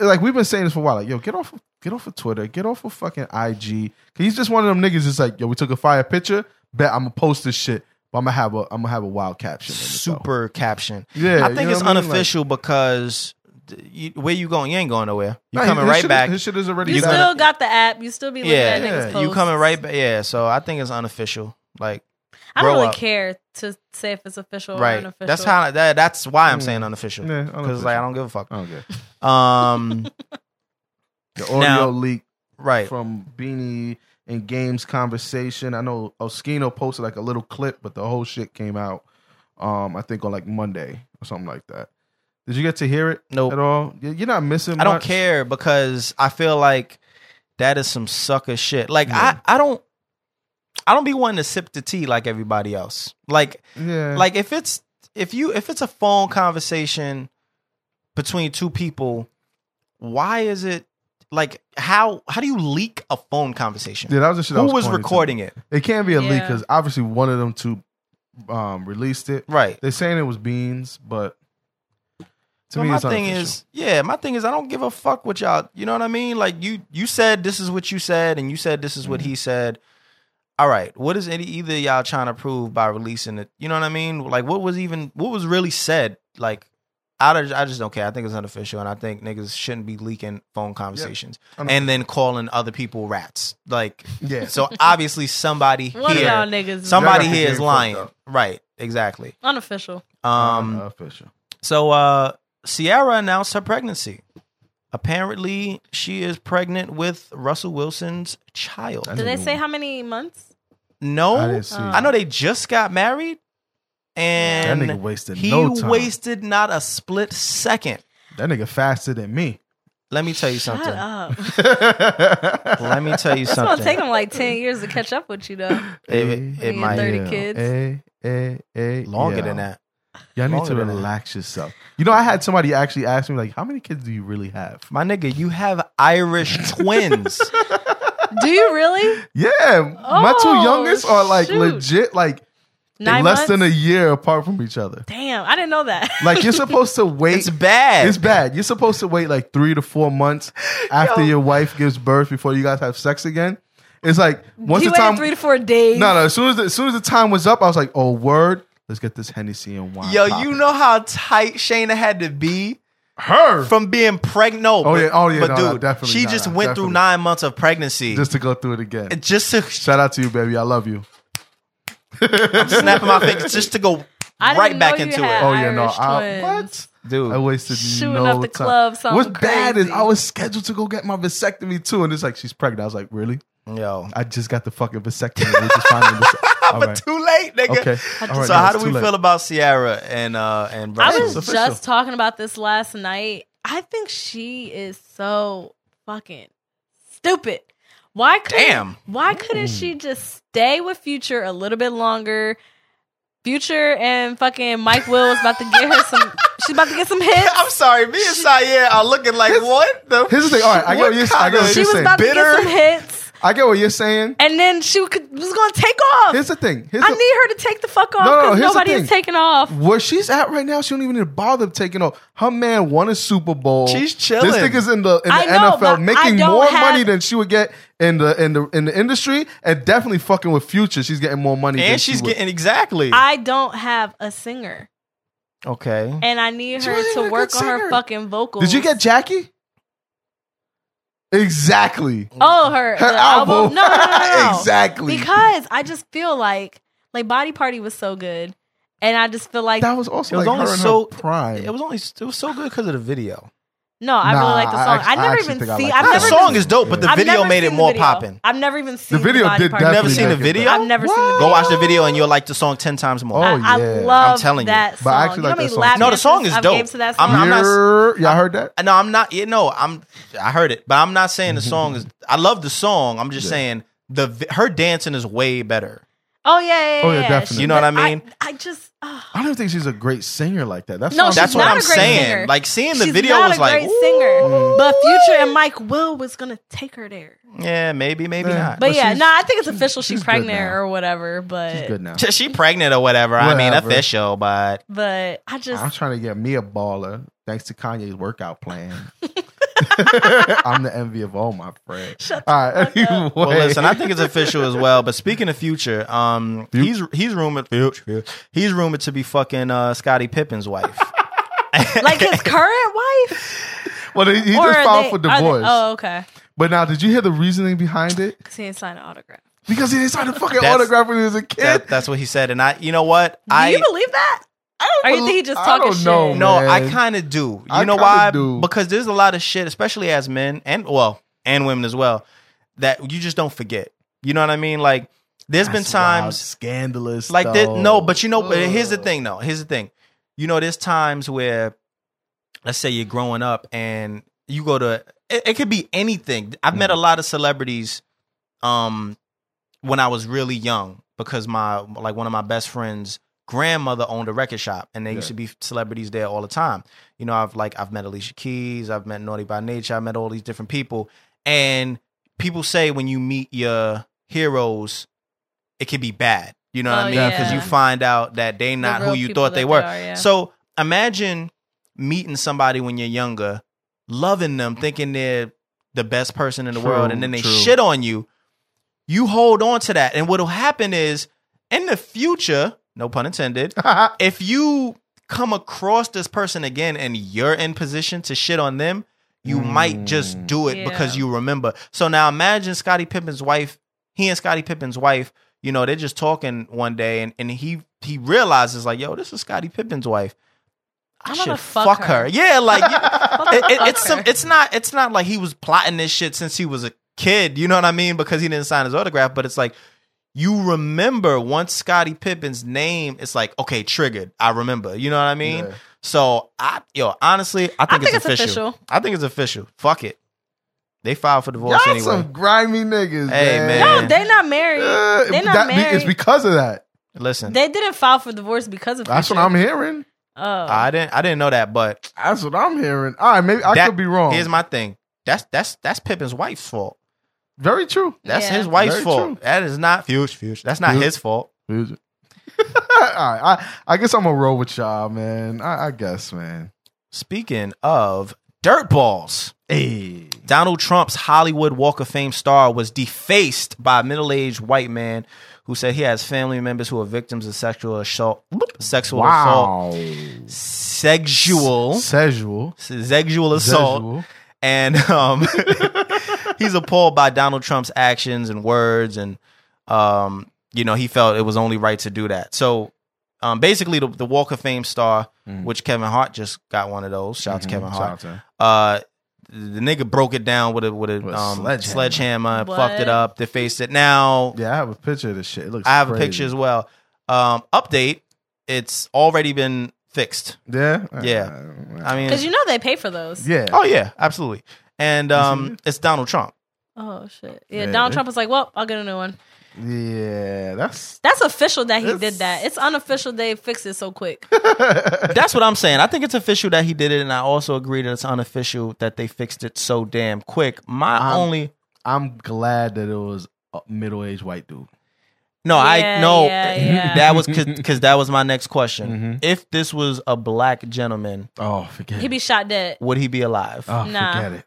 E: yeah.
D: like we've been saying this for a while. Like, yo, get off, get off of Twitter, get off of fucking IG. 'Cause He's just one of them niggas. It's like, yo, we took a fire picture. Bet I'm gonna post this shit, but I'm gonna have a, I'm gonna have a wild caption. in it, though.
C: super caption.
D: Yeah,
C: I
D: you
C: think
D: know
C: it's
D: what I mean? Like,
C: unofficial because th- you, where you going? You ain't going nowhere. You
D: nah,
C: coming
D: his
C: right
D: shit is-
C: back.
D: his shit is already.
E: You
D: done.
E: still got the app. You still be looking
C: yeah,
E: at niggas' posts.
C: you coming right back. Yeah, so I think it's unofficial. Like
E: I don't
C: grow
E: really
C: up.
E: care to say if it's official or
C: right.
E: unofficial.
C: That's how. That, that's why I'm
D: Mm.
C: saying unofficial.
D: Yeah, Uh.
C: Because like I don't give a fuck.
D: I don't get it.
C: Um,
D: the audio
C: Now-
D: leak
C: right.
D: from Beanie and Games conversation. I know Oskino posted like a little clip, but the whole shit came out. Um, I think on like Monday or something like that. Did you get to hear it
C: Nope.
D: at all? You- You're not missing.
C: I don't
D: much.
C: care because I feel like that is some sucker shit. Like
D: Yeah.
C: I, I don't I don't be wanting to sip the tea like everybody else. Like
D: Yeah,
C: like if it's if you if it's a phone conversation between two people, why is it Like how how do you leak a phone conversation?
D: Yeah, that was the shit. I
C: Who was
D: pointing to.
C: recording it?
D: It can't be a leak
E: Yeah.
D: because obviously one of them two um, released it.
C: Right.
D: They're saying it was Beans, but to
C: So
D: me,
C: my
D: it's
C: thing
D: unofficial.
C: is, yeah, my thing is, I don't give a fuck what y'all. You know what I mean? Like you, you said this is what you said, and you said this is what
D: Mm-hmm.
C: he said. All right, what is any either of y'all trying to prove by releasing it? You know what I mean? Like what was even what was really said? Like I, don't- I just don't care. I think it's unofficial, and I think niggas shouldn't be leaking phone conversations and then calling other people rats. Like
D: yeah.
C: so, obviously somebody
E: One
C: here,
E: of y'all niggas, is
C: somebody
D: Y'all got the
C: here
D: game
C: is
D: fucked
C: lying.
D: up. Uh-huh.
C: Right? Exactly.
E: unofficial.
C: Um.
D: Unofficial.
C: So uh Sierra announced her pregnancy. Apparently, she is pregnant with Russell Wilson's child.
D: I
E: Did
D: didn't
E: they
D: know.
E: say how many months?
C: No,
D: I
C: I,
D: didn't see.
E: Uh,
C: know they just got married,
D: that
C: um, and
D: nigga wasted
C: he
D: no time.
C: wasted not a split second.
D: that nigga faster than me.
C: Let me tell you
E: Shut
C: something.
E: up. It's
C: Let me tell you
E: gonna take
C: something.
E: them like ten years to catch up with you though.
C: It, it
E: Being
C: might
E: 30
D: Yeah.
E: kids.
D: Hey, hey, hey,
C: longer
D: yeah.
C: than that.
D: Y'all need
C: Longer
D: to
C: than that.
D: relax yourself. You know, I had somebody actually ask me like, "How many kids do you really have?"
C: My nigga, you have Irish twins.
E: Do you really?
D: Yeah, my two
E: Oh,
D: youngest are like
E: shoot.
D: legit, like
E: Nine
D: less
E: months?
D: than a year apart from each other.
E: Damn, I didn't know that.
D: Like you're supposed to wait.
C: It's bad.
D: It's bad. You're supposed to wait like three to four months after
C: Yo.
D: your wife gives birth before you guys have sex again. It's like once
E: he
D: the
E: waited
D: time.
E: three to four days.
D: no, no. As soon as the, as soon as the time was up, I was like, "Oh, word! Let's get this Hennessy and wine."
C: Yo,
D: poppin'."
C: you know how tight Shayna had to be
D: her
C: from being pregnant. No,
D: Oh,
C: but-
D: yeah. Oh, yeah.
C: but
D: No,
C: dude,
D: no, definitely.
C: she
D: No,
C: just
D: no,
C: went
D: definitely.
C: through nine months of pregnancy
D: just to go through it again.
C: just to
D: Shout out to you, baby. I love you.
C: snap my fingers, just to go
E: I didn't
C: right back
E: know you
C: into
E: had-
C: it.
D: Oh yeah, no.
E: Irish
D: I, what?
E: twins.
C: Dude,
D: I wasted
E: Shooting
D: no
E: up the
D: time.
E: club, something
D: What's bad is
E: crazy.
D: I was scheduled to go get my vasectomy too, and it's like she's pregnant. I was like, really?
C: yo.
D: I just got the fucking vasectomy. We're just finding this. All
C: but
D: right.
C: too late, nigga.
D: Okay. All right,
C: so
D: now
C: how
D: it's
C: do
D: too
C: we
D: late.
C: feel about Sierra and uh and
E: I
C: Russell?
E: was
D: It's official.
E: just talking about this last night. I think she is so fucking stupid. Why couldn't
C: Damn.
E: why couldn't she
D: Mm.
E: just stay with Future a little bit longer? Future and fucking Mike Will is about to get her some she's about to get some hits.
C: I'm sorry, me and Sierra are looking like what the
D: Here's the thing. All right, I get what you're, I get what
E: she
D: you're
E: was
D: saying.
E: about to
C: bitter?
E: get some hits
D: I get what you're saying.
E: and then she could, was gonna take off.
D: Here's the thing. Here's
E: I
D: the-
E: need her to take the fuck off
D: No, no, here's
E: because
D: the
E: nobody
D: thing.
E: is taking off.
D: where she's at right now, she don't even need to bother taking off. Her man won a Super Bowl.
C: She's chilling.
D: This nigga's in the in the
E: I know, but
D: NFL making
E: I don't
D: more
E: have-
D: money than she would get in the in the in the industry, and definitely fucking with Future. She's getting more money. than
C: and she's
D: she would.
C: getting exactly
E: I don't have a singer.
C: okay.
E: and I need
D: She
E: her
D: wasn't even a
E: to work
D: good
E: on
D: singer.
E: her fucking vocals.
D: Did you get Jackie? Exactly.
E: oh her,
D: Her
E: the album?
D: album.
E: No, no, no, no, no.
D: Exactly.
E: Because I just feel like like Body Party was so good, and I just feel like
D: That was also
C: It was
D: like
C: only
D: her in
C: so-
D: her prime.
C: It was only it was so good because of the video.
E: no, I
D: Nah,
E: really like the
D: I
E: song.
D: act-
E: I,
D: I
E: never
D: actually
E: even
D: think I
E: see.
D: like
E: I've
D: that.
C: The
E: never
D: That
C: song
E: seen-
C: is dope, but the
E: I've
C: video
E: never
C: made
E: seen
C: it
E: the
C: more
E: video.
C: popping.
E: I've never even
D: the
E: seen
D: video
E: Body
D: did
E: Party.
D: definitely.
C: Never seen the
D: make it
C: video?
D: better.
E: I've never seen the
C: Go
E: video.
C: watch the video and you'll like the song ten times more.
D: Oh,
E: I, I
D: yeah.
E: love
C: I'm telling you.
E: that song.
D: But I actually
E: you know
D: like
E: how many
D: that song
E: lap
D: too. No,
C: the song
E: dances
C: is
E: I've
C: dope.
E: gave to that song.
C: I'm- I'm not-
D: You're- y'all heard that?
C: No, I'm not. You know, I'm. I heard it, but I'm not saying the song is. I love the song. I'm just saying the vi- her dancing is way better.
E: oh yeah, yeah, yeah.
D: Oh, yeah,
E: yeah.
D: definitely.
E: She-
C: You know what I
E: but
C: mean?
E: I, I just. ah.
D: I don't think she's a great singer like that. That's
E: No,
D: why
E: she's
C: That's what
E: not
C: I'm
E: a great
C: saying.
E: singer.
C: Like seeing the
E: She's
C: video
E: not
C: was
E: a
C: like,
E: great
C: "Ooh,
E: singer, but Future and Mike Will was gonna take her there.
C: yeah, maybe, maybe
D: Yeah.
C: not.
E: But,
D: But
E: yeah,
D: she's-
E: no, nah, I think it's
D: she's-
E: official. She's,
D: she's good
E: pregnant
D: now.
E: or whatever. But
D: She's good now.
C: She- she pregnant or whatever. I mean,
D: Whatever.
C: official, but
E: but I just
D: I'm trying to get me a baller thanks to Kanye's workout plan. I'm the envy of all my friends. all right. Anyway.
C: well, listen, I think it's official as well. But speaking of future, um,
D: Fu-
C: he's he's rumored he's rumored to be fucking uh, Scottie Pippen's wife.
E: like his current wife.
D: well, he, he
E: Or
D: just
E: are
D: filed
E: they-
D: for
E: are they-
D: divorce.
E: oh, okay.
D: But now, did you hear the reasoning behind it?
E: Because he didn't sign an autograph.
D: Because he didn't sign a fucking
C: That's-
D: autograph when he was a kid.
C: That, that's what he said, and I, you know what,
E: Do
C: I
E: you believe that?
D: I
E: Or
D: don't
E: you think he just
D: I
E: talking
D: don't know,
E: shit?
C: No, I
D: man.
C: kind of do. You
D: I
C: know
D: kinda
C: why?
D: do.
C: Because there's a lot of shit, especially as men and well, and women as well, that you just don't forget. You know what I mean? Like there's
D: That's
C: been
D: wild,
C: times
D: scandalous.
C: like that.
D: though.
C: No, but you know, but here's the
D: Ugh.
C: thing. though. here's the thing. You know, there's times where, let's say you're growing up and you go to. It, it could be anything. I've met a
D: Mm.
C: lot of celebrities, um, when I was really young because my like one of my best friends grandmother owned a record shop, and there used
D: Yeah.
C: to be celebrities there all the time. You know, I've like I've met Alicia Keys, I've met Naughty by Nature, I've met all these different people, and people say when you meet your heroes, it can be bad. You know what
E: Oh,
C: I mean? Because you
E: yeah.
C: find out that they not who
E: real
C: you
E: people
C: thought
E: that
C: they
E: they
C: were.
E: are, yeah.
C: So imagine meeting somebody when you're younger, loving them, thinking they're the best person in the
D: True,
C: world, and then they
D: true.
C: shit on you. You hold on to that, and what'll happen is in the future, no pun intended,
D: Uh.
C: if you come across this person again and you're in position to shit on them, you might just do it
E: Mm. Yeah.
C: because you remember. So now imagine Scottie Pippen's wife, he and Scottie Pippen's wife, you know, they're just talking one day and, and he he realizes like, yo, this is Scottie Pippen's wife. I
E: I'm
C: should
E: gonna
C: fuck,
E: fuck
C: her.
E: her.
C: Yeah, like it, it- it's some,
E: her.
C: it's not it's not like he was plotting this shit since he was a kid. You know what I mean? Because he didn't sign his autograph, but it's like you remember once Scottie Pippen's name, it's like okay, triggered. I remember. You know what I mean?
D: Yeah.
C: So I yo honestly, I think,
E: think
C: it's,
E: it's
C: official.
E: official.
C: I think it's official. Fuck it. They filed for divorce
D: Y'all
C: anyway.
D: some grimy niggas.
C: Hey,
E: No,
C: man.
E: they not married.
D: Uh,
E: they not
D: that be-
E: married.
D: It's because of that.
C: Listen,
E: they didn't file for divorce because of
D: That's what
E: Fisher.
D: I'm hearing.
E: Oh,
C: I didn't I didn't know that, but
D: That's what I'm hearing. All right, maybe I
C: that-
D: could be wrong.
C: Here's my thing. That's that's that's Pippen's wife's fault.
D: Very true.
C: That's
E: Yeah.
C: his wife's
D: Very
C: fault.
D: true.
C: That is not future. Future. That's not
D: Yeah.
C: his fault.
D: All right, I, I guess I'm gonna roll with y'all, man. I, I guess, man.
C: Speaking of dirt balls,
D: Hey,
C: Donald Trump's Hollywood Walk of Fame star was defaced by a middle-aged white man who said he has family members who are victims of sexual assault, sexual assault,
D: wow,
C: sexual,
D: sexual,
C: sexual assault,
D: Sexual.
C: and um, he's appalled by Donald Trump's actions and words, and um, you know he felt it was only right to do that. So um, basically, the, the Walk of Fame star, which Kevin Hart just got one of those. Mm. Mm-hmm. Shout out to Kevin Hart.
D: Shout out to-
C: Uh, the nigga broke it down with a with a
D: With a
C: um, sledgehammer,
D: sledgehammer.
C: and fucked it
E: What?
C: up, defaced it. Now
D: Yeah, I have a picture of this shit. It looks.
C: I have
D: crazy.
C: a picture as well. Um, update: It's already been fixed.
D: Yeah,
C: Yeah.
D: Uh,
C: I mean,
E: because you know they pay for those.
D: yeah.
C: oh yeah, absolutely. And um, it's Donald Trump.
E: Oh shit.
D: Yeah,
E: Yeah, Donald
D: they-
E: Trump was like, "Well, I'll get a new one."
D: yeah, that's
E: That's official that he did
D: It's-
E: that. It's unofficial they fixed it so quick.
C: That's what I'm saying. I think it's official that he did it, and I also agree that it's unofficial that they fixed it so damn quick. My
D: Um,
C: only
D: I'm glad that it was a middle aged white dude.
C: no, I
E: Yeah,
C: no
E: yeah, yeah.
C: that was because that was my next question.
D: Mm-hmm.
C: If this was a black gentleman,
D: Oh, forget
E: He'd be shot dead.
C: would he be alive?
D: Oh,
E: Nah.
D: forget it.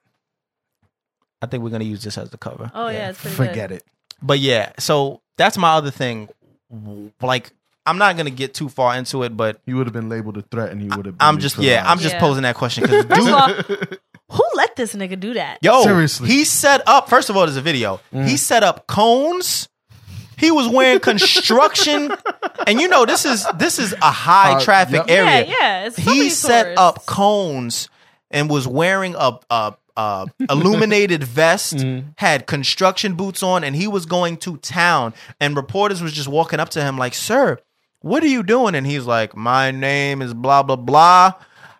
C: I think we're gonna use this as the cover.
E: Oh yeah, it's pretty
D: Forget it.
C: But yeah, so that's my other thing. Like, I'm not gonna get too far into it, but
D: He would have been labeled a threat, and he would have.
C: I'm just yeah, I'm just
E: Yeah.
C: posing that question because
E: Good. First of all, who let this nigga do that?
C: Yo,
D: Seriously.
C: he set up. First of all, there's a video. He set up cones. He was wearing construction, and you know this is this is a high
D: Uh,
C: traffic
D: yep.
C: area.
E: Yeah, yeah. It's so
C: he
E: many
C: set
E: tourists.
C: up cones and was wearing a a, a illuminated vest,
D: Mm-hmm.
C: had construction boots on, and he was going to town. And reporters was just walking up to him like, "Sir, what are you doing?" And he's like, "My name is blah blah blah.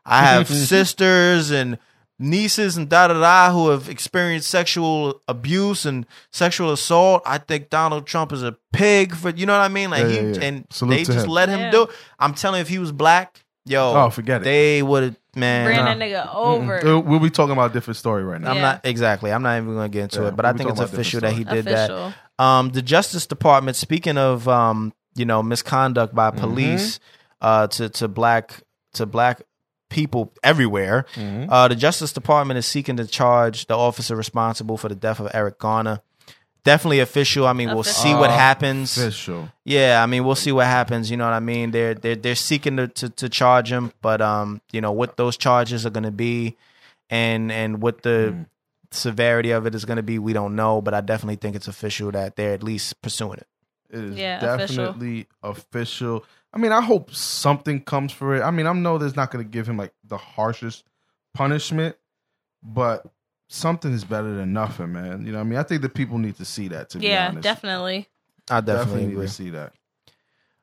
C: I have sisters and." Nieces and da da da who have experienced sexual abuse and sexual assault. I think Donald Trump is a pig for you know what I mean. Like
D: Yeah,
C: he,
D: yeah, yeah.
C: and
D: Salute
C: they
D: to
C: just
D: him.
C: let him
E: Yeah.
C: do. I'm telling you, if he was black, yo,
D: Oh, forget it.
C: They would have man.
E: Ran
C: nah.
E: that nigga over.
D: Uh, We'll be talking about a different story right now.
C: I'm
E: Yeah.
C: not exactly. I'm not even going to get into
D: Yeah,
C: it, but
D: we'll
C: I
D: be
C: think it's
D: talking about
C: official that he
D: different
C: did
E: Official.
C: that. Um, the Justice Department. Speaking of um, you know, misconduct
D: Mm-hmm.
C: by police uh, to to black to black people everywhere.
D: Mm-hmm.
C: Uh, the Justice Department is seeking to charge the officer responsible for the death of Eric Garner. Definitely official. I mean, we'll see what
D: Official.
C: happens.
D: Official.
C: Yeah, I mean, we'll see what happens. You know what I mean? They're they're they're seeking to to, to charge him, but um, you know what those charges are going to be, and and what the
D: Hmm.
C: severity of it is going to be, we don't know. But I definitely think it's official that they're at least pursuing it.
D: It is
E: Yeah, official.
D: definitely official. I mean, I hope something comes for it. I mean, I know there's not going to give him like the harshest punishment, but something is better than nothing, man. You know, what I mean, I think that people need to see that. To be
E: Yeah,
D: honest.
E: definitely.
C: I definitely,
D: definitely need
C: agree.
D: to see that.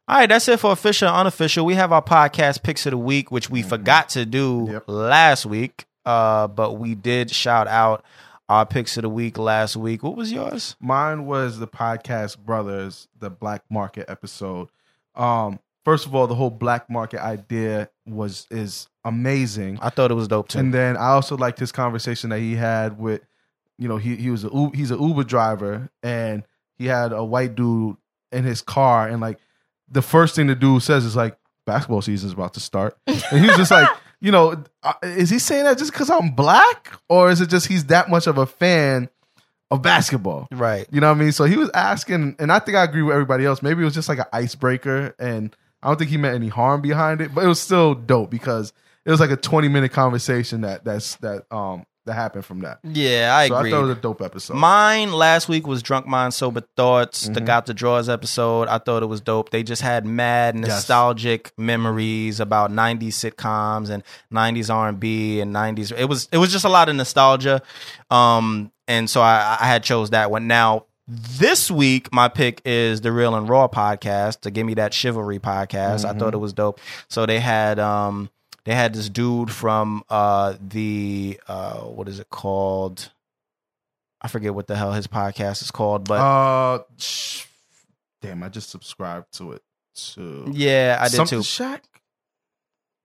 C: All right, that's it for official and unofficial. We have our podcast picks of the week, which we forgot to do
D: Mm-hmm. Yep.
C: last week, uh, but we did shout out our picks of the week last week. What was yours?
D: Mine was the podcast Brothers, the Black Market episode. Um, first of all, the whole black market idea was is amazing.
C: I thought it was dope too.
D: And then I also liked his conversation that he had with, you know, he he was a U- he's an Uber driver and he had a white dude in his car and like the first thing the dude says is like basketball season's about to start and he was just like you know uh, is he saying that just because I'm black or is it just he's that much of a fan of basketball?
C: right.
D: You know what I mean? So he was asking, and I think I agree with everybody else. Maybe it was just like an icebreaker, and I don't think he meant any harm behind it, but it was still dope because it was like a twenty minute conversation that that's that um that happened from that.
C: Yeah, I
D: so
C: agree.
D: I thought it was a dope episode.
C: Mine last week was Drunk Mind Sober Thoughts, the Got the Drawers episode. I thought it was dope. They just had mad nostalgic memories about 90s sitcoms and 90s R&B and 90s. It was it was just a lot of nostalgia. Um and so I I had chose that one. Now this week my pick is the Real and Raw podcast, the Give Me That Chivalry podcast. I thought it was dope. So they had um they had this dude from uh the uh what is it called? I forget what the hell his podcast is called, but
D: uh, sh- damn, I just subscribed to it too.
C: yeah, I did
D: Something
C: too.
D: Shaq?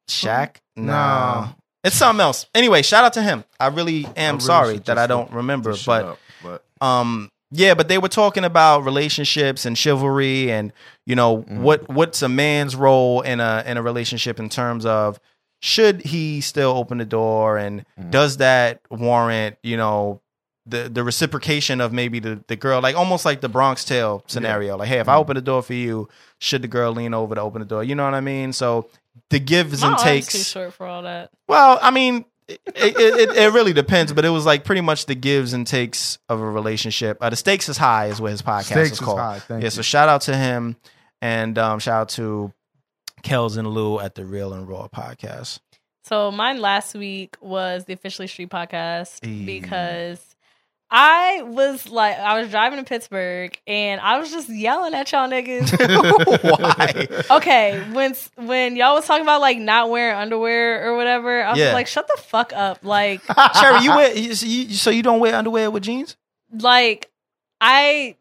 C: Shaq?
D: Nah.
C: No. It's something else. Anyway, shout out to him. I really am
D: I really
C: sorry
D: should
C: that
D: just
C: I don't
D: look
C: remember,
D: this shit
C: but
D: up, but
C: um yeah but they were talking about relationships and chivalry and you know what what's a man's role in a in a relationship in terms of should he still open the door and does that warrant you know the the reciprocation of maybe the the girl like almost like the Bronx Tale scenario like hey if I open the door for you should the girl lean over to open the door you know what I mean so the gives
E: My
C: and
E: arm's
C: takes
E: too short for all that.
C: well, I mean, it, it, it, it really depends, but it was like pretty much the gives and takes of a relationship. Uh, the stakes is high is what his podcast
D: Stakes
C: is
D: is
C: called.
D: high. Thank
C: yeah,
D: you.
C: so shout out to him and um, shout out to Kels and Lou at the Real and Raw podcast.
E: So mine last week was the officially street podcast
C: Mm.
D: Hey.
E: because I was like I was driving to Pittsburgh and I was just yelling at y'all niggas.
C: Why?
E: okay, when when y'all was talking about like not wearing underwear or whatever, I was
C: Yeah.
E: like, shut the fuck up. Like
C: Cherry, you wear you, so you so you don't wear underwear with jeans?
E: like I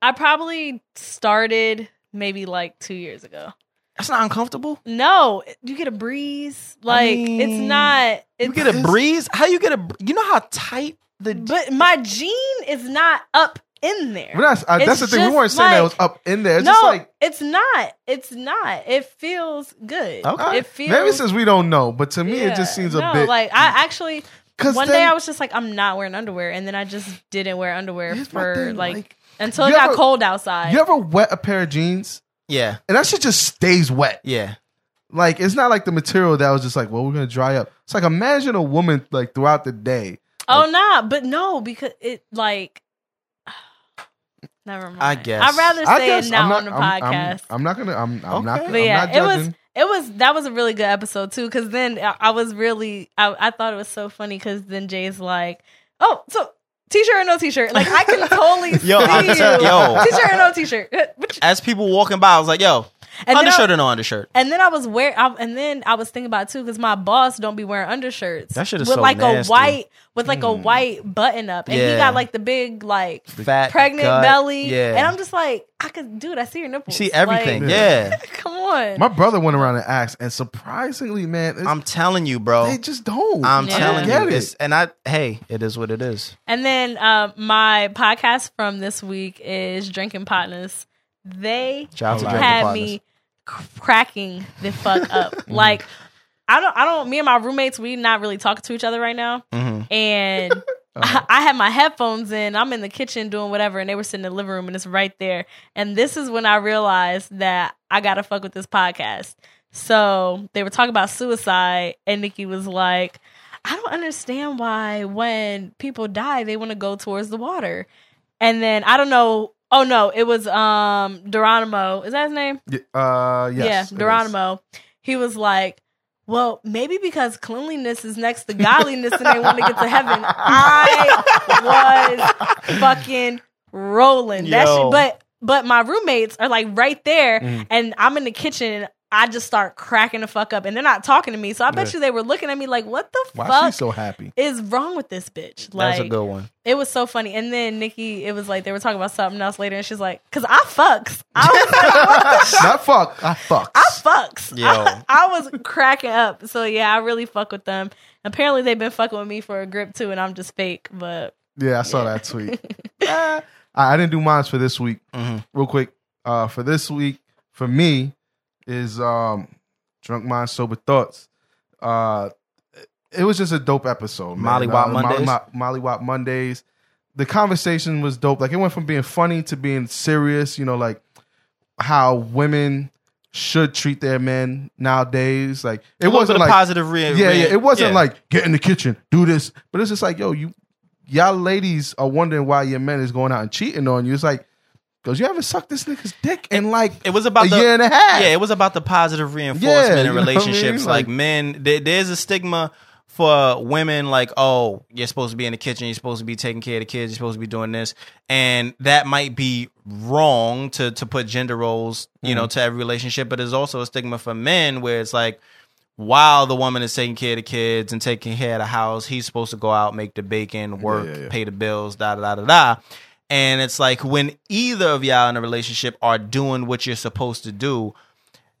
E: I probably started maybe like two years ago.
C: That's not uncomfortable.
E: No, you get a breeze. Like it's
C: mean,
E: not. It's,
C: You get a breeze. How you get a? br- You know how tight the
E: But my jean is not up in there.
D: We're not- I-
E: It's
D: that's the thing.
E: just
D: We weren't saying that it was
E: like-
D: up in there. It's
E: no,
D: just like
E: it's not. It's not. It feels good.
C: Okay.
E: It feels
D: maybe since we don't know, but to me
E: yeah,
D: it just seems a
E: no,
D: bit
E: like I actually
D: 'Cause
E: one
D: then-
E: day I was just like I'm not wearing underwear, and then I just didn't wear underwear
D: Here's my
E: for
D: thing,
E: like,
D: like,
E: until it
D: you
E: got
D: ever-
E: cold outside.
D: You ever wet a pair of jeans
C: yeah
D: and that shit just stays wet?
C: yeah
D: Like it's not like the material that was just like, well, we're gonna dry up. It's like imagine a woman like throughout the day.
E: oh nah, but no, because it like. Never mind.
C: guess.
E: I'd rather
D: I
E: say
D: guess
E: it now
D: I'm not
E: on the
D: I'm- I'm-
E: podcast.
D: I'm, not gonna. I'm, I'm
C: Okay.
D: not.
E: But
D: I'm
E: yeah,
D: not
E: it was
D: judging.
E: it was that was a really good episode too. Because then I, I was really I, I thought it was so funny. Because then Jay's like, oh, so t-shirt or no t-shirt? Like I can totally
C: Yo,
E: see
C: I'm
E: you.
C: t- yo.
E: T-shirt or no t-shirt? Which-
C: as people walking by, I was like, "Yo,
E: And then
C: undershirt
E: I-
C: or no undershirt?"
E: and then I was wearing, I, and then I was thinking about it too because my boss don't be wearing undershirts.
C: That shit is
E: with
C: so
E: like
C: nasty. Hmm.
E: a white with like a white button up, and
C: Yeah.
E: he got like the big like
C: Fat
E: pregnant
C: gut,
E: belly.
C: Yeah,
E: and I'm just like, I could, dude, I see your nipples.
C: see everything.
E: Like,
C: yeah.
E: come on.
D: My brother went around and asked, and surprisingly, man, it's-
C: I'm telling you, bro.
D: they just don't.
C: I'm
E: Yeah.
C: telling
D: Get
C: you,
D: it.
C: it's, and I hey, it is what it is.
E: And then uh, my podcast from this week is Drinking Partners. They
C: Shout out to Drinking
E: had
C: Partners. Mm-hmm.
E: me c- cracking the fuck up. like I don't, I don't. Me and my roommates, we not really talking to each other right now.
C: Mm-hmm.
E: And
C: Uh-huh.
E: I, I had my headphones in. I'm in the kitchen doing whatever, and they were sitting in the living room, and it's right there. And this is when I realized that I gotta fuck with this podcast. So they were talking about suicide, and Nikki was like, I don't understand why when people die, they want to go towards the water. And then I don't know. Oh no, it was um Geronimo. Is that his name?
D: Y- uh, yes, it
E: yeah,
D: is.
E: Geronimo. He was like, Well, maybe because cleanliness is next to godliness and they want to get to heaven. I was fucking rolling. That
C: Yo.
D: Mm-hmm.
E: shit, but but my roommates are like right there and I'm in the kitchen I just start cracking the fuck up, and they're not talking to me. So I bet
D: Yeah.
E: you they were looking at me like, "What the
D: Why
E: fuck
D: is she so happy?
E: is wrong with this bitch?" Like,
C: That's a good one.
E: it was so funny. And then Nikki, it was like they were talking about something else later, and she's like, "Cause I fucks, I was,
D: Not fuck. I fuck.
E: I fucks."
C: Yo.
E: I, I was cracking up. So yeah, I really fuck with them. Apparently, they've been fucking with me for a grip too, and I'm just fake. But
D: Yeah, I saw that tweet. Eh, I, I didn't do mines for this week.
C: Mm-hmm.
D: Real quick, uh, for this week, for me is um, drunk minds, sober thoughts. Uh, it was just a dope episode. man.
C: Molly Wop
D: Uh,
C: Mondays?
D: Molly, Molly Wop Mondays. The conversation was dope. Like it went from being funny to being serious. You know, like how women should treat their men nowadays. Like it
C: It wasn't
D: wasn't like
C: positive. Re-
D: yeah,
C: re-
D: yeah. It wasn't
C: yeah.
D: like get in the kitchen, do this. But it's just like, yo, you y'all ladies are wondering why your man is going out and cheating on you. It's like, because you haven't sucked this nigga's dick in like
C: It was about
D: a
C: the,
D: year and a half.
C: Yeah, it was about the positive
D: Yeah,
C: reinforcement
D: you know
C: in
D: what I mean?
C: relationships. Like,
D: Like-
C: men, there, there's a stigma for women. Like, oh, you're supposed to be in the kitchen. You're supposed to be taking care of the kids. You're supposed to be doing this, and that might be wrong to to put gender roles, you
D: Mm-hmm.
C: know, to every relationship. But there's also a stigma for men where it's like. While the woman is taking care of the kids and taking care of the house, he's supposed to go out, make the bacon, work,
D: yeah, yeah.
C: pay the bills, da da da da da. And it's like when either of y'all in a relationship are doing what you're supposed to do,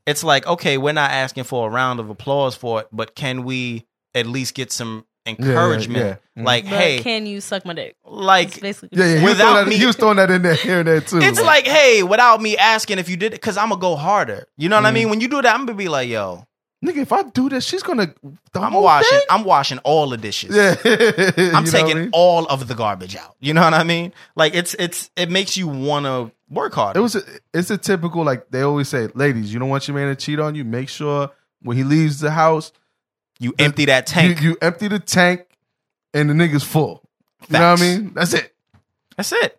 C: it's like okay we're not asking for a round of applause for it but can we at least get some encouragement
D: yeah. Mm-hmm.
C: like
E: but
C: hey
E: can you suck my dick? It's
C: like
E: basically
D: yeah, yeah. He was,
C: Without
D: throwing that,
C: me-
D: he was throwing that in there here and there too.
C: it's like hey without me asking if you did it because i'm gonna go harder you know what i
D: Mm-hmm.
C: mean when you do that i'm gonna be like yo
D: nigga, if I do this, she's gonna the
E: Oh,
C: i'm
D: whole
C: washing
D: thing?
C: i'm washing all the dishes
D: Yeah,
C: i'm
D: You know what I
C: taking
D: mean?
C: all of the garbage out you know what i mean like it's it's it makes you wanna work harder
D: It was. A, it's a typical like they always say, ladies, you don't want your man to cheat on you. Make sure when he leaves the house,
C: you empty that tank
D: You, you empty the tank, and the nigga's full. You know what
C: Facts.
D: I mean? That's it.
C: that's it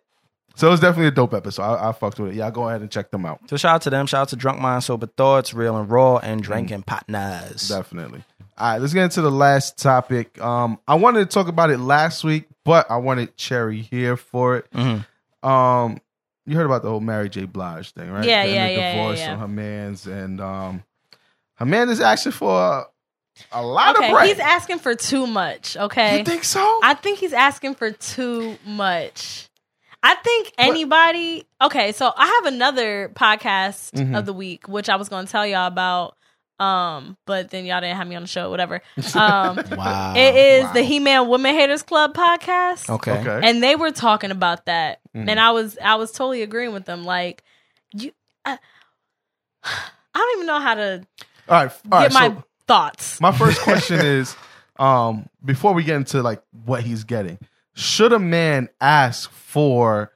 D: So it was definitely a dope episode. I, I fucked with it. Y'all go ahead and check them out.
C: so shout out to them shout out to drunk mind sober thoughts real and raw and drinking
D: Mm.
C: partners
D: Definitely. All right, let's get into the last topic. Um, I wanted to talk about it last week, but I wanted Cherry here for it.
C: Mhm.
D: Um, you heard about the whole Mary J. Blige thing, right?
E: Yeah,
D: The-
E: yeah,
D: the
E: yeah, yeah,
D: divorce
E: yeah.
D: from her man's, and um, her man is asking for a lot of
E: Okay,
D: bread.
E: he's asking for too much. Okay,
D: you think so?
E: I think he's asking for too much. I think anybody. Okay, so I have another podcast
D: Mhm.
E: of the week, which I was going to tell y'all about, um, but then y'all didn't have me on the show. Whatever. Um,
C: wow
E: it is the
D: Oh, Wow.
E: He Man Women Haters Club podcast
C: okay,
D: okay. Mm.
E: and they were talking about that and i was i was totally agreeing with them like you i, I don't even know how to
D: all right. All right.
E: get my
D: so-
E: thoughts
D: My first question is, um, before we get into like what he's getting, should a man ask for,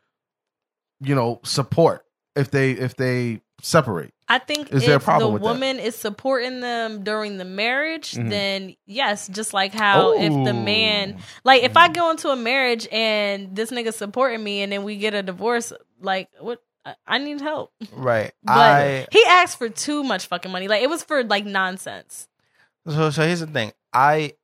D: you know, support if they if they separate?
E: i think
D: Is
E: if
D: there a problem
E: the
D: with that?
E: woman is supporting them during the marriage
D: Mhm.
E: then yes just like how if the
D: Ooh. Oh.
E: man like if
D: Mm-hmm.
E: i go into a marriage and this nigga supporting me and then we get a divorce like what I- I need help.
C: right
E: But
C: i
E: he asked for too much fucking money. Like it was for like nonsense.
C: So, so here's the thing. I,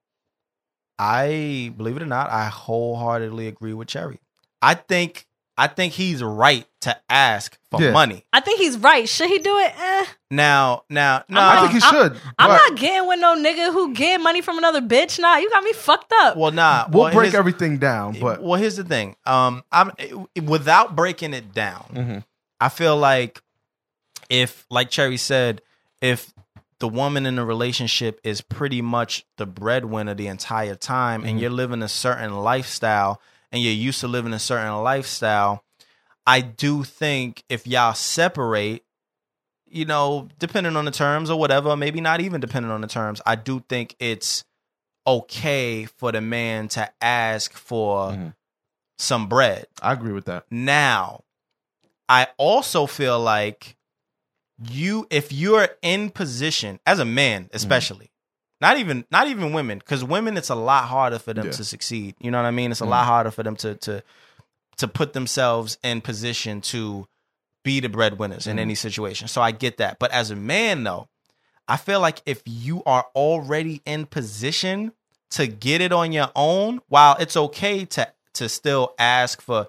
C: I believe it or not, I wholeheartedly agree with Cherry. I think, I think he's right to ask for
D: Yeah.
C: money.
E: I think he's right. Should he do it? Eh.
C: Now, now, no.
D: I think he
E: I'm-
D: should.
E: I'm
D: but
E: not getting with no nigga who getting money from another bitch. Nah, you got me fucked up.
C: well, nah.
D: We'll
C: well,
D: break
C: here's-
D: everything down, but
C: Eh, well, here's the thing. Um, I'm without breaking it down.
D: Mm-hmm.
C: I feel like if, like Cherry said, if the woman in the relationship is pretty much the breadwinner the entire time and you're living a certain lifestyle and you're used to living a certain lifestyle, I do think if y'all separate, you know, depending on the terms or whatever, maybe not even depending on the terms, I do think it's okay for the man to ask for
D: Mhm.
C: some bread.
D: I agree with that.
C: Now, I also feel like you if you're in position as a man, especially, not even not even women, because women it's a lot harder for them
D: Yeah.
C: to succeed. You know what I mean? It's a lot harder for them to to to put themselves in position to be the breadwinners in any situation. So I get that. But as a man though, I feel like if you are already in position to get it on your own, while it's okay to to still ask for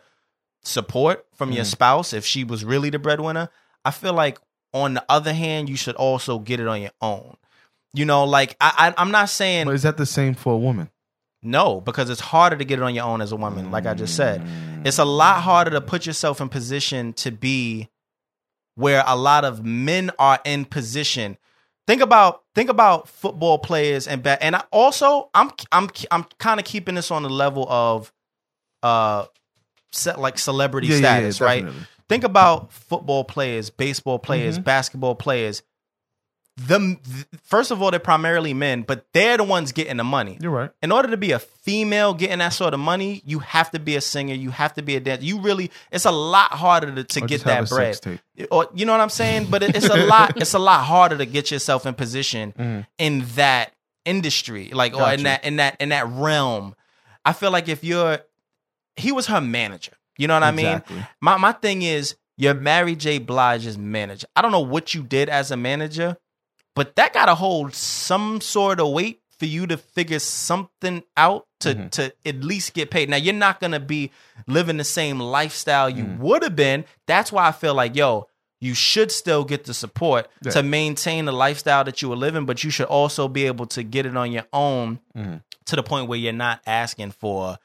C: support from your spouse if she was really the breadwinner, I feel like On the other hand, you should also get it on your own. You know, like I, I I'm not saying
D: But is that the same for a woman?
C: no, because it's harder to get it on your own as a woman, like I just said. It's a lot harder to put yourself in position to be where a lot of men are in position. Think about think about football players and ba- and I also I'm I'm I'm kind of keeping this on the level of uh set like celebrity
D: Yeah, yeah, yeah,
C: status, right?
D: definitely. Mm-hmm.
C: Think about football players, baseball players, basketball players. The first of all, they're primarily men, but they're the ones getting the money
D: You're right.
C: in order to be a female getting that sort of money, you have to be a singer, you have to be a dancer. You really, it's a lot harder to, to
D: Or
C: get
D: just have a
C: that
D: sex
C: bread.
D: tape.
C: Or you know what I'm saying? But it, it's a lot, it's a lot harder to get yourself in position in that industry, like or in
D: Mm-hmm. Gotcha.
C: that in that in that realm. I feel like if you're, he was her manager. You know what I mean?
D: Exactly.
C: My my thing is you're Mary J. Blige's manager. I don't know what you did as a manager, but that gotta hold some sort of weight for you to figure something out to
D: Mm-hmm.
C: to at least get paid. Now you're not gonna be living the same lifestyle you
D: Mm.
C: would have been. That's why I feel like, yo, you should still get the support
D: Yeah.
C: to maintain the lifestyle that you were living, but you should also be able to get it on your own
D: Mm-hmm.
C: to the point where you're not asking for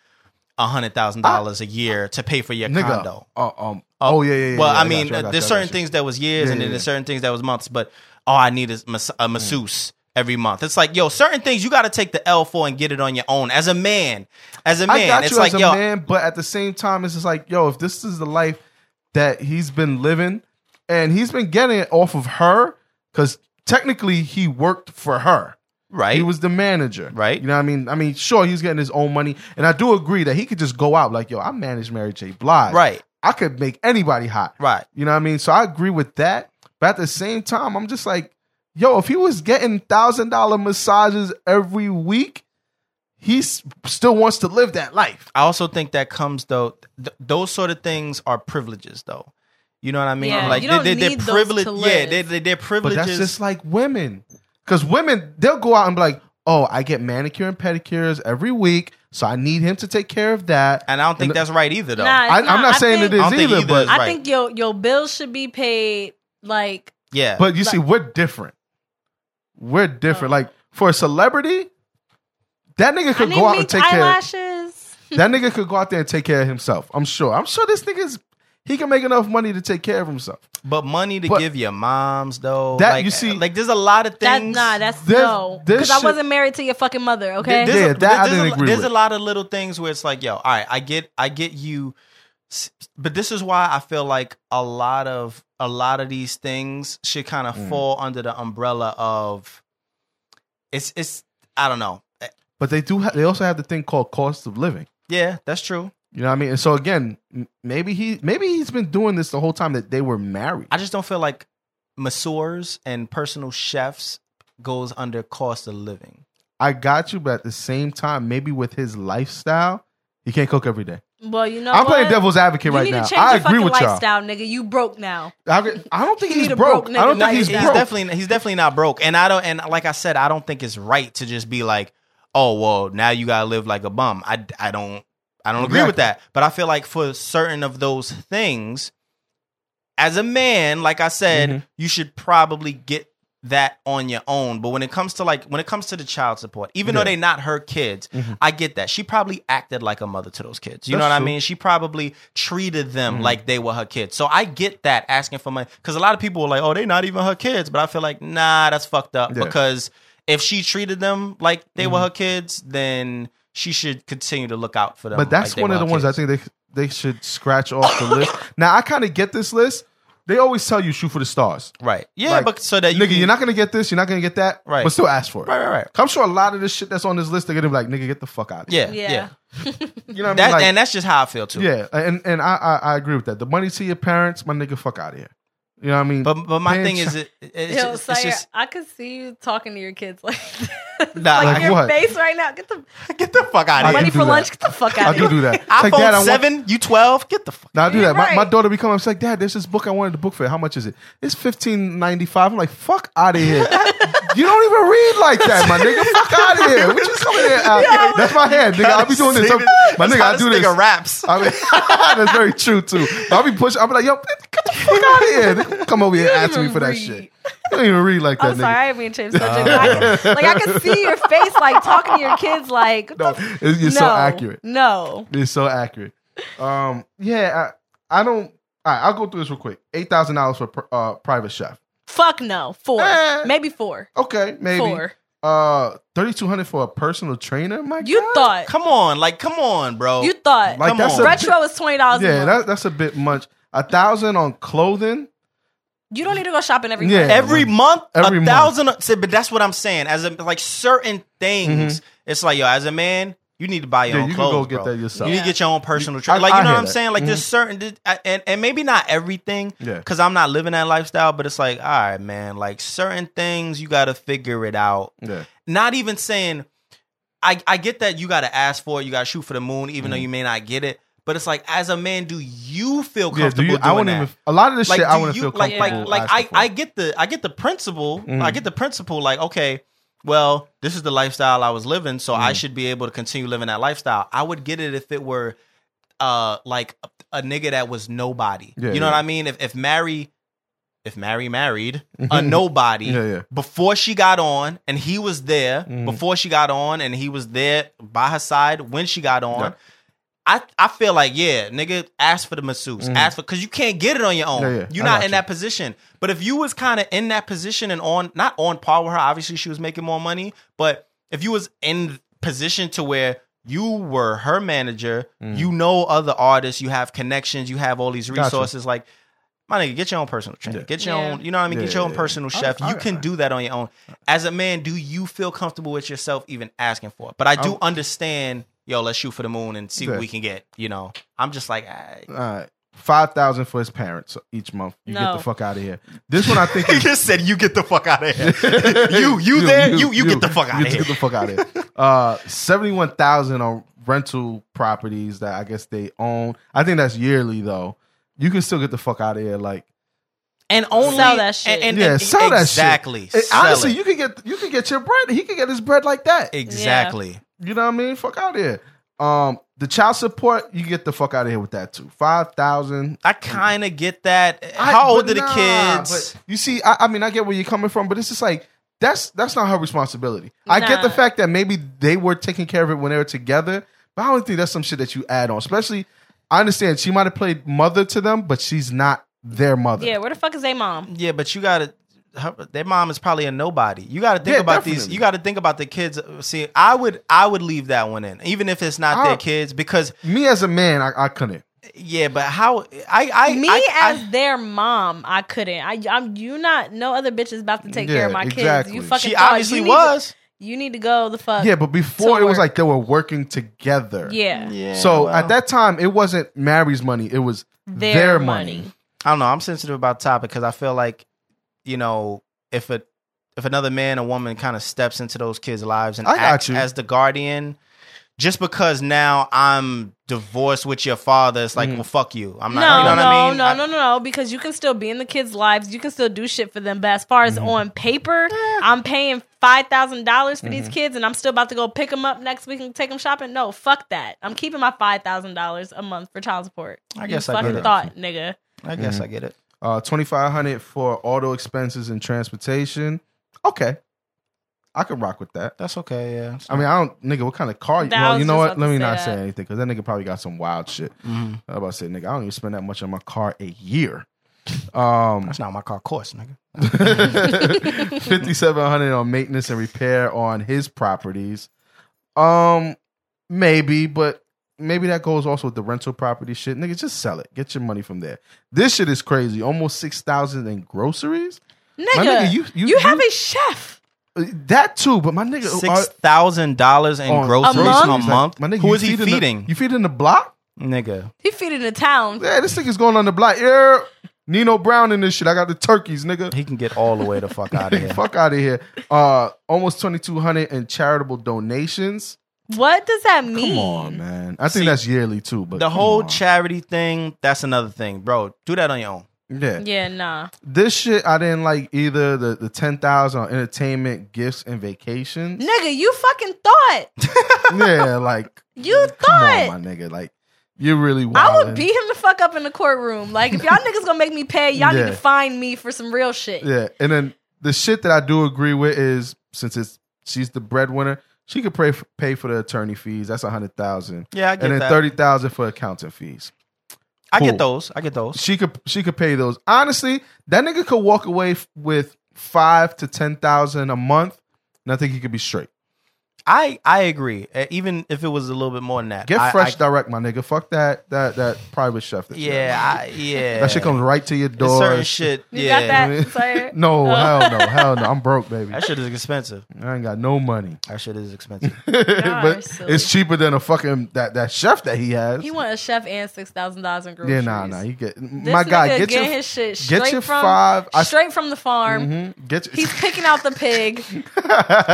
C: a hundred thousand dollars a year to pay for your
D: Nigga.
C: condo.
D: Uh, um, oh yeah, yeah, yeah.
C: Well,
D: yeah,
C: I
D: got
C: mean,
D: you, got you,
C: there's
D: got
C: certain
D: you.
C: things that was years,
D: Yeah,
C: and then
D: yeah,
C: there's certain things that was months. But all I need is mas- a masseuse every month. It's like, yo, certain things you got to take the L for and get it on your own as a man. As a man,
D: I got
C: it's
D: you
C: like,
D: as a
C: yo,
D: man, but at the same time, it's just like, yo, if this is the life that he's been living, and he's been getting it off of her, because technically he worked for her.
C: right?
D: He was the manager,
C: Right.
D: You know what I mean? I mean, sure, he's getting his own money, and I do agree that he could just go out like, yo, I manage Mary J. Blige,
C: Right.
D: I could make anybody hot,
C: right.
D: You know what I mean? So I agree with that, but at the same time, I'm just like, yo, if he was getting thousand dollar massages every week, he s- still wants to live that life.
C: I also think that comes though. Th- those sort of things are privileges, though. You know what I mean?
E: Yeah,
C: like
E: you don't
C: they, they,
E: need
C: are
E: those
C: privileged.
E: to
C: Yeah,
E: live.
C: they, they, they're
D: But
C: privileges.
D: that's just like women. Because women, they'll go out and be like, oh, I get manicure and pedicures every week, so I need him to take care of that.
C: and I don't think
D: And-
C: that's right either, though.
E: Nah,
D: I, I'm
E: It's
D: not
E: I
D: saying
E: think-
C: I
D: it
C: don't
D: is
C: think
D: either,
C: either
D: but,
C: is right.
E: I think your your bills should be paid like
C: yeah,
D: but you see, we're different. We're
C: Oh.
D: different. Like, for a celebrity, that nigga
E: I
D: could
E: need
D: go out and
E: meat
D: take care of,
E: eyelashes.
D: That nigga could go out there and take care of himself. I'm sure. I'm sure this nigga's, he can make enough money to take care of himself.
C: but money to
D: but-
C: give your moms though.
D: That-
C: like,
D: you see-
C: like there's a lot of
E: That
C: things.
E: nah, that's
D: This-
E: no.
D: this
E: Because I
D: shit-
E: wasn't married to your fucking mother, okay?
C: There's,
D: Yeah,
C: a,
D: that
C: there's
D: I
C: a-
D: didn't agree
C: there's
D: with.
C: a lot of little things where it's like, yo, all right, I get, I get you, s- but this is why I feel like a lot of a lot of these things should kind
D: Mm.
C: of fall under the umbrella of, it's it's I don't know. Eh,
D: But they do. Ha- they also have the thing called cost of living.
C: Yeah, that's true.
D: You know what I mean? And so again, m- maybe he maybe he's been doing this the whole time that they were married.
C: I just don't feel like masseurs and personal chefs goes under cost of living.
D: I got you, but at the same time, maybe with his lifestyle, he can't cook every day.
E: well, you know
D: I'm
E: what?
D: playing devil's advocate
E: you
D: right
E: need
D: now.
E: to change
D: I
E: your
D: agree
E: fucking
D: with y'all.
E: lifestyle, nigga. You broke now.
D: I, I don't think
E: You
D: he's
E: need a
D: broke.
E: broke
D: I don't
E: nigga.
D: think he's
C: he's
D: broke.
C: definitely he's definitely not broke. And I don't and like I said, I don't think it's right to just be like, oh well, now you gotta live like a bum. I I don't I don't agree with that. But I feel like for certain of those things, as a man, like I said,
D: Mm-hmm.
C: you should probably get that on your own. But when it comes to like when it comes to the child support, even though
D: Yeah. Mm-hmm.
C: they're not her kids, I get that. She probably acted like a mother to those kids. You know
D: That's
C: what I
D: true. Mm-hmm.
C: mean? She probably treated them like they were her kids. So I get that asking for money. Because a lot of people were like, oh, they're not even her kids. But I feel like, nah, that's fucked up.
D: Yeah. Mm-hmm.
C: Because if she treated them like they were her kids, then she should continue to look out for them.
D: But that's
C: like they
D: one
C: were
D: of the
C: her
D: ones
C: kids.
D: I think they they should scratch off the list. Now I kind of get this list. They always tell you shoot for the stars.
C: Right. Yeah,
D: Like,
C: but so that you
D: nigga,
C: can-
D: you're not gonna get this, you're not gonna get that,
C: Right.
D: But still ask for it.
C: Right, right, right.
D: I'm sure a lot of this shit that's on this list, they're gonna be like, nigga, get the fuck out. of here.
C: Yeah, yeah.
E: Yeah.
D: you know what I
C: That
D: mean. Like,
C: and that's just how I feel too.
D: Yeah, and and I, I I agree with that. The money to your parents, my nigga, fuck out of here. You know what I mean?
C: But but my thing
D: Paying chi-
C: is, it, it's,
E: Yo,
C: just,
E: Sire,
C: it's just
E: I could see you talking to your kids like
C: Nah,
E: like
C: I-
E: your
D: what?
E: face right now. Get the
C: Get the fuck out of
D: I
E: money
C: here.
D: do
E: for
D: that.
E: lunch. Get the fuck out
D: I
E: of here.
D: do do that. It's like, Dad, I
C: iPhone
D: want-
C: seven, you twelve. Get the fuck.
D: Now I do that. My, my
E: Right.
D: daughter be coming. It's like, Dad, there's this book I wanted to book for. How much is it? It's fifteen ninety five. I'm like, fuck out of here. you don't even read like that, my nigga. Fuck out of here. What you coming here? out- that's my head, nigga. I'll be doing this.
C: Save it.
D: My
C: That's
D: nigga,
C: how
D: I do
C: this
D: this.
C: Nigga raps.
D: I mean, that's very true too. I'll be pushing. I'll be like, yo, get the fuck out of here. Nigga, Come over here
E: You
D: and
E: don't
D: ask me
E: even
D: for that
E: read.
D: shit. You don't even read like that,
E: I'm
D: nigga.
E: sorry, I didn't mean to change the subject. but I can- like I can see your face, like talking to your kids, like
D: No, it's, you're so
E: no,
D: accurate.
E: No,
D: It's so accurate. Um, yeah, I, I don't. All right, I'll go through this real quick. Eight thousand dollars for pr- uh, private chef.
E: fuck no. Four,
D: Eh.
E: maybe four,
D: Okay, maybe.
E: four.
D: Uh, thirty two hundred for a personal trainer. My
E: You
D: God?
E: thought,
C: Come on, like come on, bro.
E: you thought
D: Like
C: Come
D: that's
C: on.
D: a
E: retro is twenty dollars.
D: yeah, that, that's a bit much. A thousand on clothing.
E: you don't need to go shopping every
D: Yeah.
E: month.
C: every month,
D: Every
C: a
D: month.
C: thousand. See, but that's what I'm saying. As a, like certain things, it's like yo, as a man, you need to buy your
D: Mm-hmm. Yeah,
C: own
D: you can
C: clothes.
D: go get
C: bro.
D: that yourself.
C: You need
E: Yeah.
C: to get your own personal trainer.
D: I-
C: Like you
D: I
C: know
D: hear
C: what I'm
D: that. Mm-hmm.
C: saying? Like there's certain and and maybe not everything.
D: Yeah.
C: Cause I'm not living that lifestyle, but it's like, all right, man, like certain things you gotta figure it out.
D: Yeah,
C: Not even saying I, I get that you gotta ask for it, you gotta shoot for the moon, even though
D: Mm-hmm.
C: you may not get it. But it's like as a man, do you feel
D: yeah.
C: comfortable?
D: Do you?
C: doing
D: I wouldn't
C: that?
D: even. A lot of this shit,
C: do
D: I wouldn't
C: you-
D: feel
C: like
D: comfortable.
C: like like I,
D: asking for.
C: I get the I get the principle
D: Mhm.
C: I get the principle like okay well this is the lifestyle I was living so
D: Mm-hmm.
C: I should be able to continue living that lifestyle I would get it if it were uh like a, a nigga that was nobody
D: Yeah,
C: you know what
D: yeah.
C: I mean if if Mary if Mary married a nobody
D: Mm-hmm. Yeah, yeah. Mm-hmm.
C: before she got on and he was there before she got on and he was there by her side when she got on.
D: Yeah.
C: I, I feel like yeah, nigga, ask for the masseuse, ask for because you can't get it on your own.
D: Mm-hmm. Yeah, yeah,
C: You're
D: I
C: not
D: got
C: in
D: you.
C: that position. But if you was kind of in that position and on not on par with her, obviously she was making more money. But if you was in position to where you were her manager, you know other artists, you have connections, you have all these
D: Mm. Gotcha.
C: resources. Like my nigga, get your own personal trainer,
D: Yeah.
C: get your
E: Yeah.
C: own, you know what I mean,
D: Yeah,
C: get your
D: yeah,
C: own
D: yeah.
C: personal
D: I-
C: chef.
D: I-
C: you can do that on your own. As a man, do you feel comfortable with yourself even asking for it? But I do
D: I'm-
C: understand, yo, let's shoot for the moon and see what
D: Yeah.
C: we can get. You know, I'm just like, ah.
D: All right. Five thousand for his parents each month. You get
E: No.
D: the fuck out of here. This one I think is
C: just said, you get the fuck out of here.
D: you Get the fuck out of here. Uh, seventy-one thousand on rental properties that I guess they own. I think that's yearly though. You can still get the fuck out of here. Like,
C: And only
E: Sell that shit.
C: And, and,
D: yeah,
C: and-
D: sell that
C: exactly.
D: shit. And
C: Sell
D: honestly,
C: it.
D: you can get you can get your bread. He can get his bread like that.
C: exactly.
D: You know what I mean? Fuck out of here. Um, the child support, you get the fuck out of here with that too. Five thousand.
C: I kind of get that.
D: I-
C: How old
D: but
C: are the
D: nah,
C: kids?
D: but you see, I, I mean, I get where you're coming from, but it's just like that's that's not her responsibility. I get the
E: Nah.
D: fact that maybe they were taking care of it when they were together, but I don't think that's some shit that you add on. Especially, I understand she might have played mother to them, but she's not their mother.
E: Yeah, where the fuck is they mom?
C: Yeah, but you gotta. Her, their mom is probably a nobody. You gotta think
D: Yeah,
C: about these.
D: definitely.
C: You gotta think about the kids. See, I would, I would leave that one in, even if it's not
D: I-
C: their kids, because
D: Me as a man, I, I couldn't.
C: yeah. But how? I, I,
E: Me
C: I, I-
E: as their mom, I couldn't. I, I'm you not. No other bitch is about to take
D: Yeah,
E: care of my
D: exactly.
E: kids. You fucking.
C: she
E: thought. You
C: obviously
E: need to-
C: was.
E: you need to go the fuck.
D: Yeah, but before it was
E: work.
D: like they were working together.
E: Uh, yeah.
C: Yeah.
D: so
C: well.
D: at that time, it wasn't Mary's money; it was their,
E: Their
D: money.
E: money.
C: I don't know. I'm sensitive about the topic because I feel like, you know, if a if another man or woman kind of steps into those kids' lives and
D: I got
C: acts
D: you.
C: as the guardian, just because now I'm divorced with your father, it's like,
D: Mm.
C: well, fuck you. I'm
E: No,
C: not. you know
E: no,
C: what I mean?
E: no,
C: I-
E: no, no, no. Because you can still be in the kids' lives. You can still do shit for them. But as far as on paper, I'm paying five thousand dollars for these kids, and I'm still about to go pick them up next week and take them shopping. No, fuck that. I'm keeping my five thousand dollars a month for child support.
C: I guess
E: you
C: I get
E: fucking
C: it.
E: thought, nigga.
C: I guess I get it.
D: Uh, twenty five hundred for auto expenses and transportation. Okay, I could rock with that.
C: That's okay. Yeah.
D: I mean, I don't, nigga. What kind of car? You,
E: That
D: well,
E: was
D: you know
E: just
D: what?
E: about
D: Let
E: to
D: me
E: say
D: not
E: that.
D: say anything because that nigga probably got some wild shit.
C: Mm-hmm.
D: I was about to say, nigga, I don't even spend that much on my car a year. Um,
C: That's not my car course, nigga.
D: fifty seven hundred on maintenance and repair on his properties. Um, maybe, but maybe that goes also with the rental property shit. Nigga, just sell it. Get your money from there. This shit is crazy. Almost six thousand in groceries.
E: Nigga,
D: nigga,
E: you,
D: you- you-
E: have
D: you-
E: a chef.
D: That too, but my nigga,
C: Six thousand dollars in
D: on
C: groceries
E: A month?
C: a month.
D: My nigga,
C: Who
D: you
C: is he
D: the-
C: feeding?
D: you feeding the block?
C: nigga.
E: He feeding the town.
D: Yeah, this nigga's going on the block. Yeah, Nino Brown in this shit. I got the turkeys, nigga.
C: He can get all the way the fuck out of here.
D: Fuck out of here. Uh, almost twenty two hundred in charitable donations.
E: What does that mean?
D: Come on, man. I think
C: See,
D: that's yearly too. But
C: The
D: come
C: whole
D: on.
C: charity thing, that's another thing, bro. Do that on your own.
D: yeah.
E: Yeah, nah.
D: This shit I didn't like either. The the ten thousand on entertainment, gifts, and vacations.
E: Nigga, you fucking thought.
D: yeah, like
E: You
D: come
E: thought.
D: on, my nigga. Like you really. Wildin'.
E: I would beat him the fuck up in the courtroom. Like if y'all niggas gonna make me pay, y'all
D: Yeah.
E: need to find me for some real shit.
D: Yeah, and then the shit that I do agree with is since it's she's the breadwinner, she could pay for, pay for the attorney fees. That's a hundred thousand,
C: Yeah, I get
D: and then
C: that.
D: thirty thousand for accounting fees.
C: I
D: cool.
C: get those. I get those.
D: She could she could pay those. Honestly, that nigga could walk away f- with five to ten thousand a month, and I think he could be straight.
C: I I agree. Uh, Even if it was a little bit more than that.
D: Get
C: I- I-
D: fresh direct, my nigga. Fuck that that that private chef. That you have.
C: yeah, I, yeah.
D: that shit comes right to your
C: There's
D: door.
C: certain shit.
E: You
C: yeah,
E: got that, player?
D: No,
E: Oh.
D: hell no, hell no. I'm broke, baby.
C: that shit is expensive.
D: I ain't got no money.
C: That shit is expensive.
D: but
E: silly.
D: it's cheaper than a fucking that, that chef that he has.
E: He want a chef and six thousand dollars in groceries.
D: yeah, nah, nah. You get
E: This
D: my guy.
E: nigga
D: Get
E: getting
D: your
E: his shit
D: get
E: straight
D: your
E: from
D: five- I-
E: straight from the farm.
D: Mhm, get your,
E: He's picking out the pig.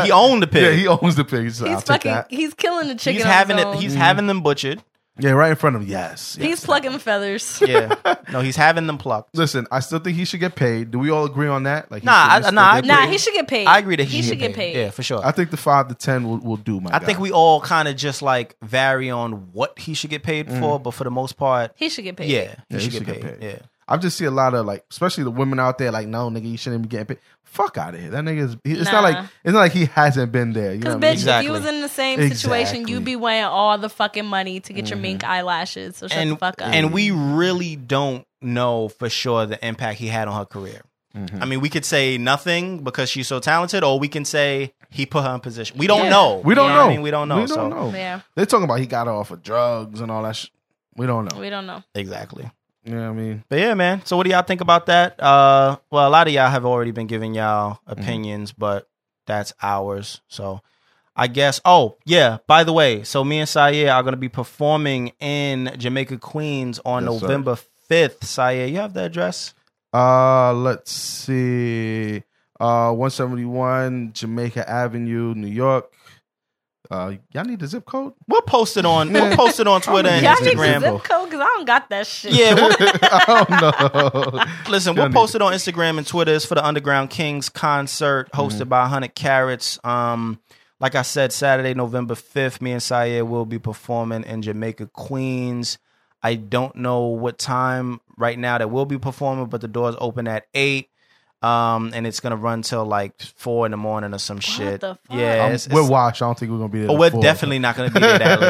C: he owned the pig.
D: yeah. He owns the pig. He's,
E: He's fucking. He's killing the chicken.
C: he's
E: on his
C: having it.
E: own.
C: He's
D: Mm-hmm.
C: having them butchered.
D: yeah, right in front of him. Yes,
E: He's
D: yes.
E: plucking the feathers.
C: Yeah. No, he's having them plucked.
D: Listen, I still think he should get paid. Do we all agree on that? Like, he
C: Nah,
D: should
C: I-
D: just
C: nah,
D: still get
E: Nah,
D: paid?
E: he should get paid.
C: I agree that he,
E: he should get paid.
C: Yeah, for sure.
D: I think the five to ten will, will do. My,
C: I
D: guy.
C: think we all kind of just like vary on what he should get paid for, but for the most part,
E: He should get paid.
C: yeah, he
D: Mm-hmm. Yeah,
C: should, get, paid. Yeah.
D: I just see a lot of like, especially the women out there, like, no, nigga, you shouldn't be getting paid. Fuck out of here. That nigga is. he- It's not
E: Nah.
D: like it's not like he hasn't been there. You know
E: Because
D: what
E: bitch,
D: I mean?
E: if you was
C: Exactly.
E: in the same situation,
D: Exactly.
E: you'd be weighing all the fucking money to get your mink eyelashes. So shut the
C: Mm-hmm. And
E: fuck up.
C: and we really don't know for sure the impact he had on her career.
D: Mm-hmm.
C: I mean, we could say nothing because she's so talented, or we can say he put her in position. We don't
E: Yeah.
C: know.
D: We don't
C: You
D: know.
C: what I mean, we don't know.
D: We don't
C: so
D: know.
E: yeah,
D: They're talking about he got her off of drugs and all that. Sh- we don't know.
E: we don't know.
C: exactly.
D: You know what I mean?
C: But yeah, man. So what do y'all think about that? Uh, well, a lot of y'all have already been giving y'all
D: Mm-hmm.
C: opinions, but that's ours. So I guess. Oh yeah. By the way, so me and Saye are gonna be performing in Jamaica Queens on
D: Yes, sir.
C: November fifth. Saye, you have the address?
D: Uh, let's see. Uh, one seventy one Jamaica Avenue, New York. Uh, y'all need the zip code.
C: We'll post it on. We'll
D: Yeah.
C: post it on Twitter and
E: Y'all
D: Instagram.
E: need the
C: Instagram.
E: zip code because I don't got that shit.
C: Yeah. We'll,
D: I don't know.
C: Listen,
D: Y'all
C: we'll
D: need
C: post
D: to-
C: it on Instagram and Twitter. It's for the Underground Kings concert
D: Mm-hmm.
C: hosted by 100 Carrots. Um, like I said, Saturday, November 5th, me and Saye will be performing in Jamaica, Queens. I don't know what time right now that we'll be performing, but the doors open at 8. Um, and it's gonna run till like four in the morning or some shit.
E: the fuck?
C: Yeah,
D: I'm-
C: it's,
D: we're
C: it's-
D: washed. I don't think we're gonna be there.
C: but we're
D: before.
C: definitely not gonna be there that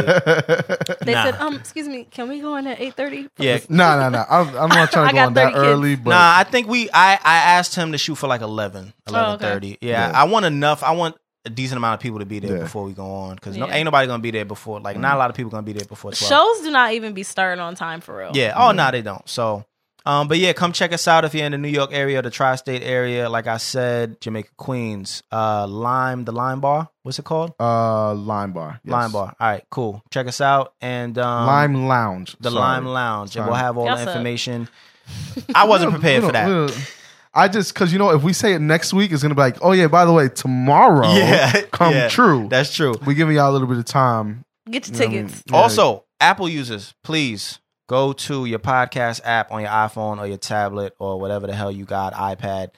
C: late.
E: They
C: Nah.
E: said, um, excuse me, can we go in at eight thirty?
C: Yeah.
D: Nah, nah, nah. I'm, I'm not trying
E: I
D: to go
E: got
D: on that
E: 30 kids.
D: early, but
C: nah, I think we. I I asked him to shoot for like 11,
E: Oh, okay.
C: 11 Yeah,
D: Yeah.
C: I want enough. I want a decent amount of people to be there
D: Yeah. Mm.
C: before we go on because no,
E: Yeah.
C: ain't nobody gonna be there before. Like, not a lot of people gonna be there before twelve.
E: Shows do not even be starting on time for real.
C: Yeah. Oh no, they don't. So, um, but yeah, come check us out if you're in the New York area, or the tri-state area. Like I said, Jamaica Queens, uh, Lime, the Lime Bar. What's it called?
D: uh, Lime Bar, yes.
C: Lime Bar. All right, cool. Check us out and um,
D: Lime Lounge,
C: the
D: Sorry.
C: Lime Lounge, and we'll
D: Sorry.
C: have all
E: Yes,
C: the
E: sir.
C: information. I wasn't
D: We don't-
C: prepared
D: we
C: for
D: don't-
C: that.
D: we don't- I just because you know if we say it next week, it's gonna be like, oh yeah, by the way, tomorrow
C: Yeah,
D: come
C: yeah,
D: true.
C: That's true.
D: We're giving y'all a little bit of time.
E: Get your
D: You know what I
E: tickets.
D: mean? Yeah.
C: Also, Apple users, please go to your podcast app on your iPhone or your tablet or whatever the hell you got, iPad,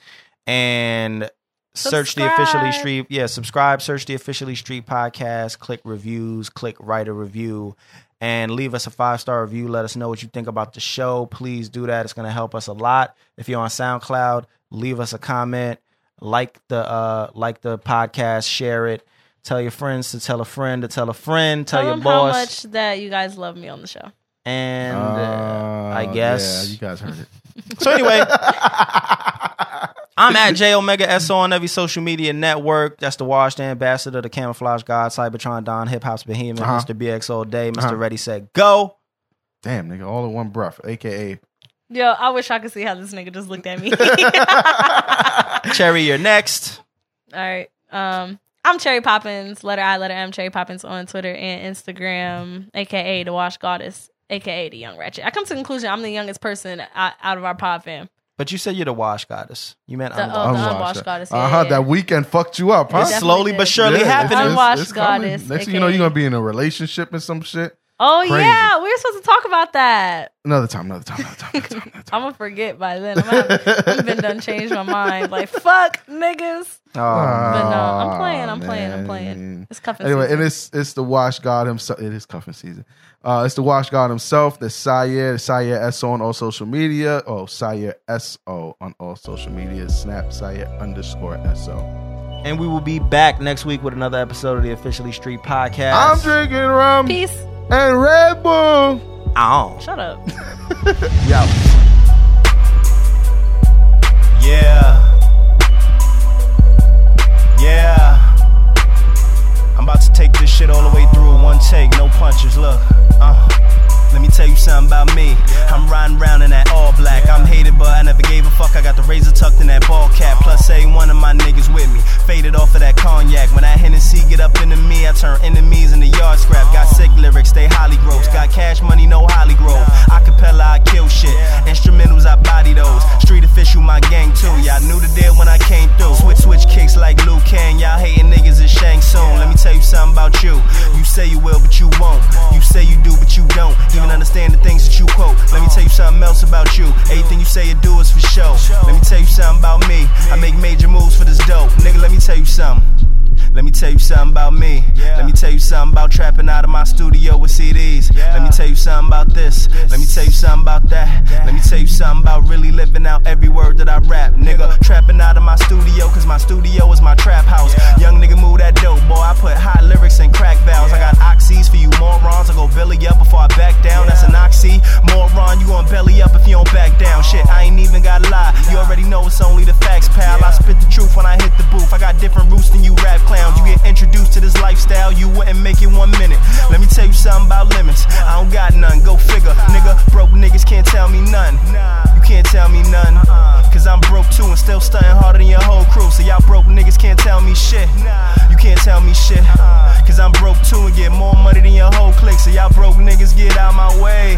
C: and search the officially
E: Subscribe.
C: street. Yeah, subscribe, search the officially street podcast, click reviews, click write a review, and leave us a five star review. Let us know what you think about the show. Please do that. It's going to help us a lot. If you're on SoundCloud, leave us a comment, like the uh, like the podcast, share it. Tell your friends to tell a friend to tell a friend. Tell,
E: Tell
C: your
E: them
C: boss
E: how much that you guys love me on the show.
C: and uh,
D: Uh,
C: I guess.
D: yeah, you guys heard it.
C: so anyway, I'm at J Omega S on every social media network. That's the Washed Ambassador, the Camouflage God, Cybertron Don, Hip Hop's Behemoth,
D: Uh-huh.
C: Mr. BX All Day, mister
D: Uh-huh.
C: Ready Set Go.
D: Damn, nigga, all in one breath, aka
E: Yo, I wish I could see how this nigga just looked at me.
C: Cherry, you're next.
E: All right. Um, I'm Cherry Poppins, letter I, letter M, Cherry Poppins on Twitter and Instagram, aka the Wash Goddess, aka the Young Ratchet. I come to the conclusion I'm the youngest person out out of our pod fam.
C: But you said you're the wash goddess. You meant
E: The,
C: unwashed.
E: oh, the
D: Unwashed.
E: unwashed goddess. Yeah,
D: Uh huh.
E: yeah,
D: That weekend fucked you up, huh?
E: It definitely
C: slowly
E: did.
C: but surely
E: Yeah,
C: happening.
E: it's- Unwashed
D: coming.
E: goddess,
D: Next thing you know,
E: aka.
D: you're gonna be in a relationship and some shit.
E: Oh
D: Crazy.
E: yeah, we were supposed to talk about that.
D: Another time, another time, another time, another time. Another time.
E: I'm gonna forget by then. I'm gonna have, I've been done changed my mind. Like fuck niggas.
C: Oh,
E: But no, I'm
D: Aw,
E: playing. I'm playing. I'm
D: man.
E: playing. It's cuffing.
D: Anyway,
E: season.
D: and it's it's the Wash God himself. It is cuffing season. Uh, it's the Wash God himself. The Sire, Sire S on all social media. Oh, Sire S O on all social media. Snap Sire underscore S O.
C: and we will be back next week with another episode of the Officially Street Podcast.
D: I'm drinking rum
E: peace.
D: and Red Bull.
C: Oh.
E: Shut up.
B: Yeah. Yeah. I'm about to take this shit all the way through in one take, no punches. Look, uh, let me tell you something about me. I'm riding round in that all black. I'm hated, but I never gave a fuck. I got the razor tucked in that ball cap. Plus, every one of my niggas with me. Faded off of that cognac. When that Hennessy get up into me, I turn enemies into yard scrap. Got sick lyrics, they Holly Groves. Got cash money, no Holly Grove. Acapella, I kill shit. Instrumentals, I body those. Street official, my gang too. Y'all knew the deal when I came through. Switch, switch kicks like Liu Kang. Y'all hating niggas is Shang Tsung. Let me tell you something about you. You say you will, but you won't. You say you do, but you don't. Even understand the things that you quote. Let me tell you something else about you. Everything you say you do is for show. Let me tell you something about me. I make major moves for this dope. Nigga, let me tell you something. Let me tell you something about me. Let me tell you something about trapping out of my studio with CDs. Let me tell you something about this. Let me tell you something about that. Let me tell you something about really living out every word that I rap, nigga. Trapping out of my studio, cause my studio is my trap house. Young nigga, move that dope, boy. I put hot lyrics and crack valves. I got oxys for you morons. I go belly up before I back down. That's an oxy. Moron, you gon' belly up if you don't back down. Shit, I ain't even gotta lie. You already know it's only the facts, pal. I spit the truth when I hit the booth. I got different roots than you rap clowns. You get introduced to this lifestyle, you wouldn't make it one minute. Let me tell you something about limits. I don't got none, go figure. Nigga, broke niggas can't tell me none. You can't tell me none. Cause I'm broke too and still stunting harder than your whole crew. So y'all broke niggas can't tell me shit. You can't tell me shit. Cause I'm broke too and get more money than your whole clique. So y'all broke niggas get out my way.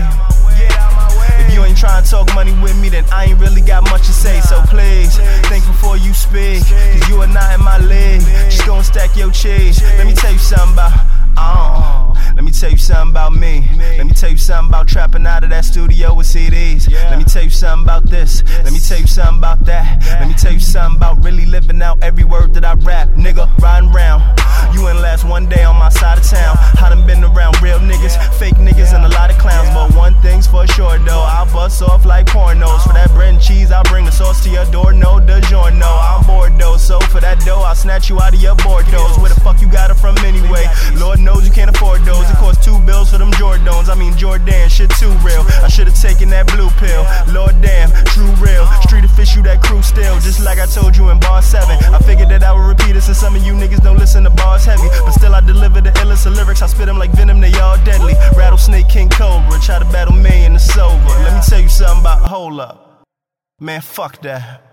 B: Get out my way. If you ain't trying to talk money with me, then I ain't really got much to say. So please, think before you speak. Cause you are not in my league. Just go and stack your cheese. Let me tell you something about. Uh, let me tell you something about me. Let me tell you something about trapping out of that studio with CDs. Let me tell you something about this. Let me tell you something about that. Let me tell you something about really living out every word that I rap. Nigga, riding round. You ain't last one day on my side of town. I done been around real niggas, fake niggas, and a lot of clowns. But one thing's for sure though, I bust off like pornos. For that bread and cheese, I bring the sauce to your door. No DiGiorno, I'm bored though. So for that dough, I snatch you out of your Bordeaux. Where the fuck you got it from anyway? Lord knows you can't afford those. It costs two bills for them Jordans. I mean Jordan, shit too real. I should've taken that blue pill. Lord damn, true real. Street official, that crew still. Just like I told you in bar seven. I figured that I would repeat it since some of you niggas don't listen to bars heavy. But still, I deliver the illest of lyrics. I spit them like venom, they all deadly. Rattlesnake, King Cobra. Try to battle me and it's over. Let me tell you something about. Hold up. Man, fuck that.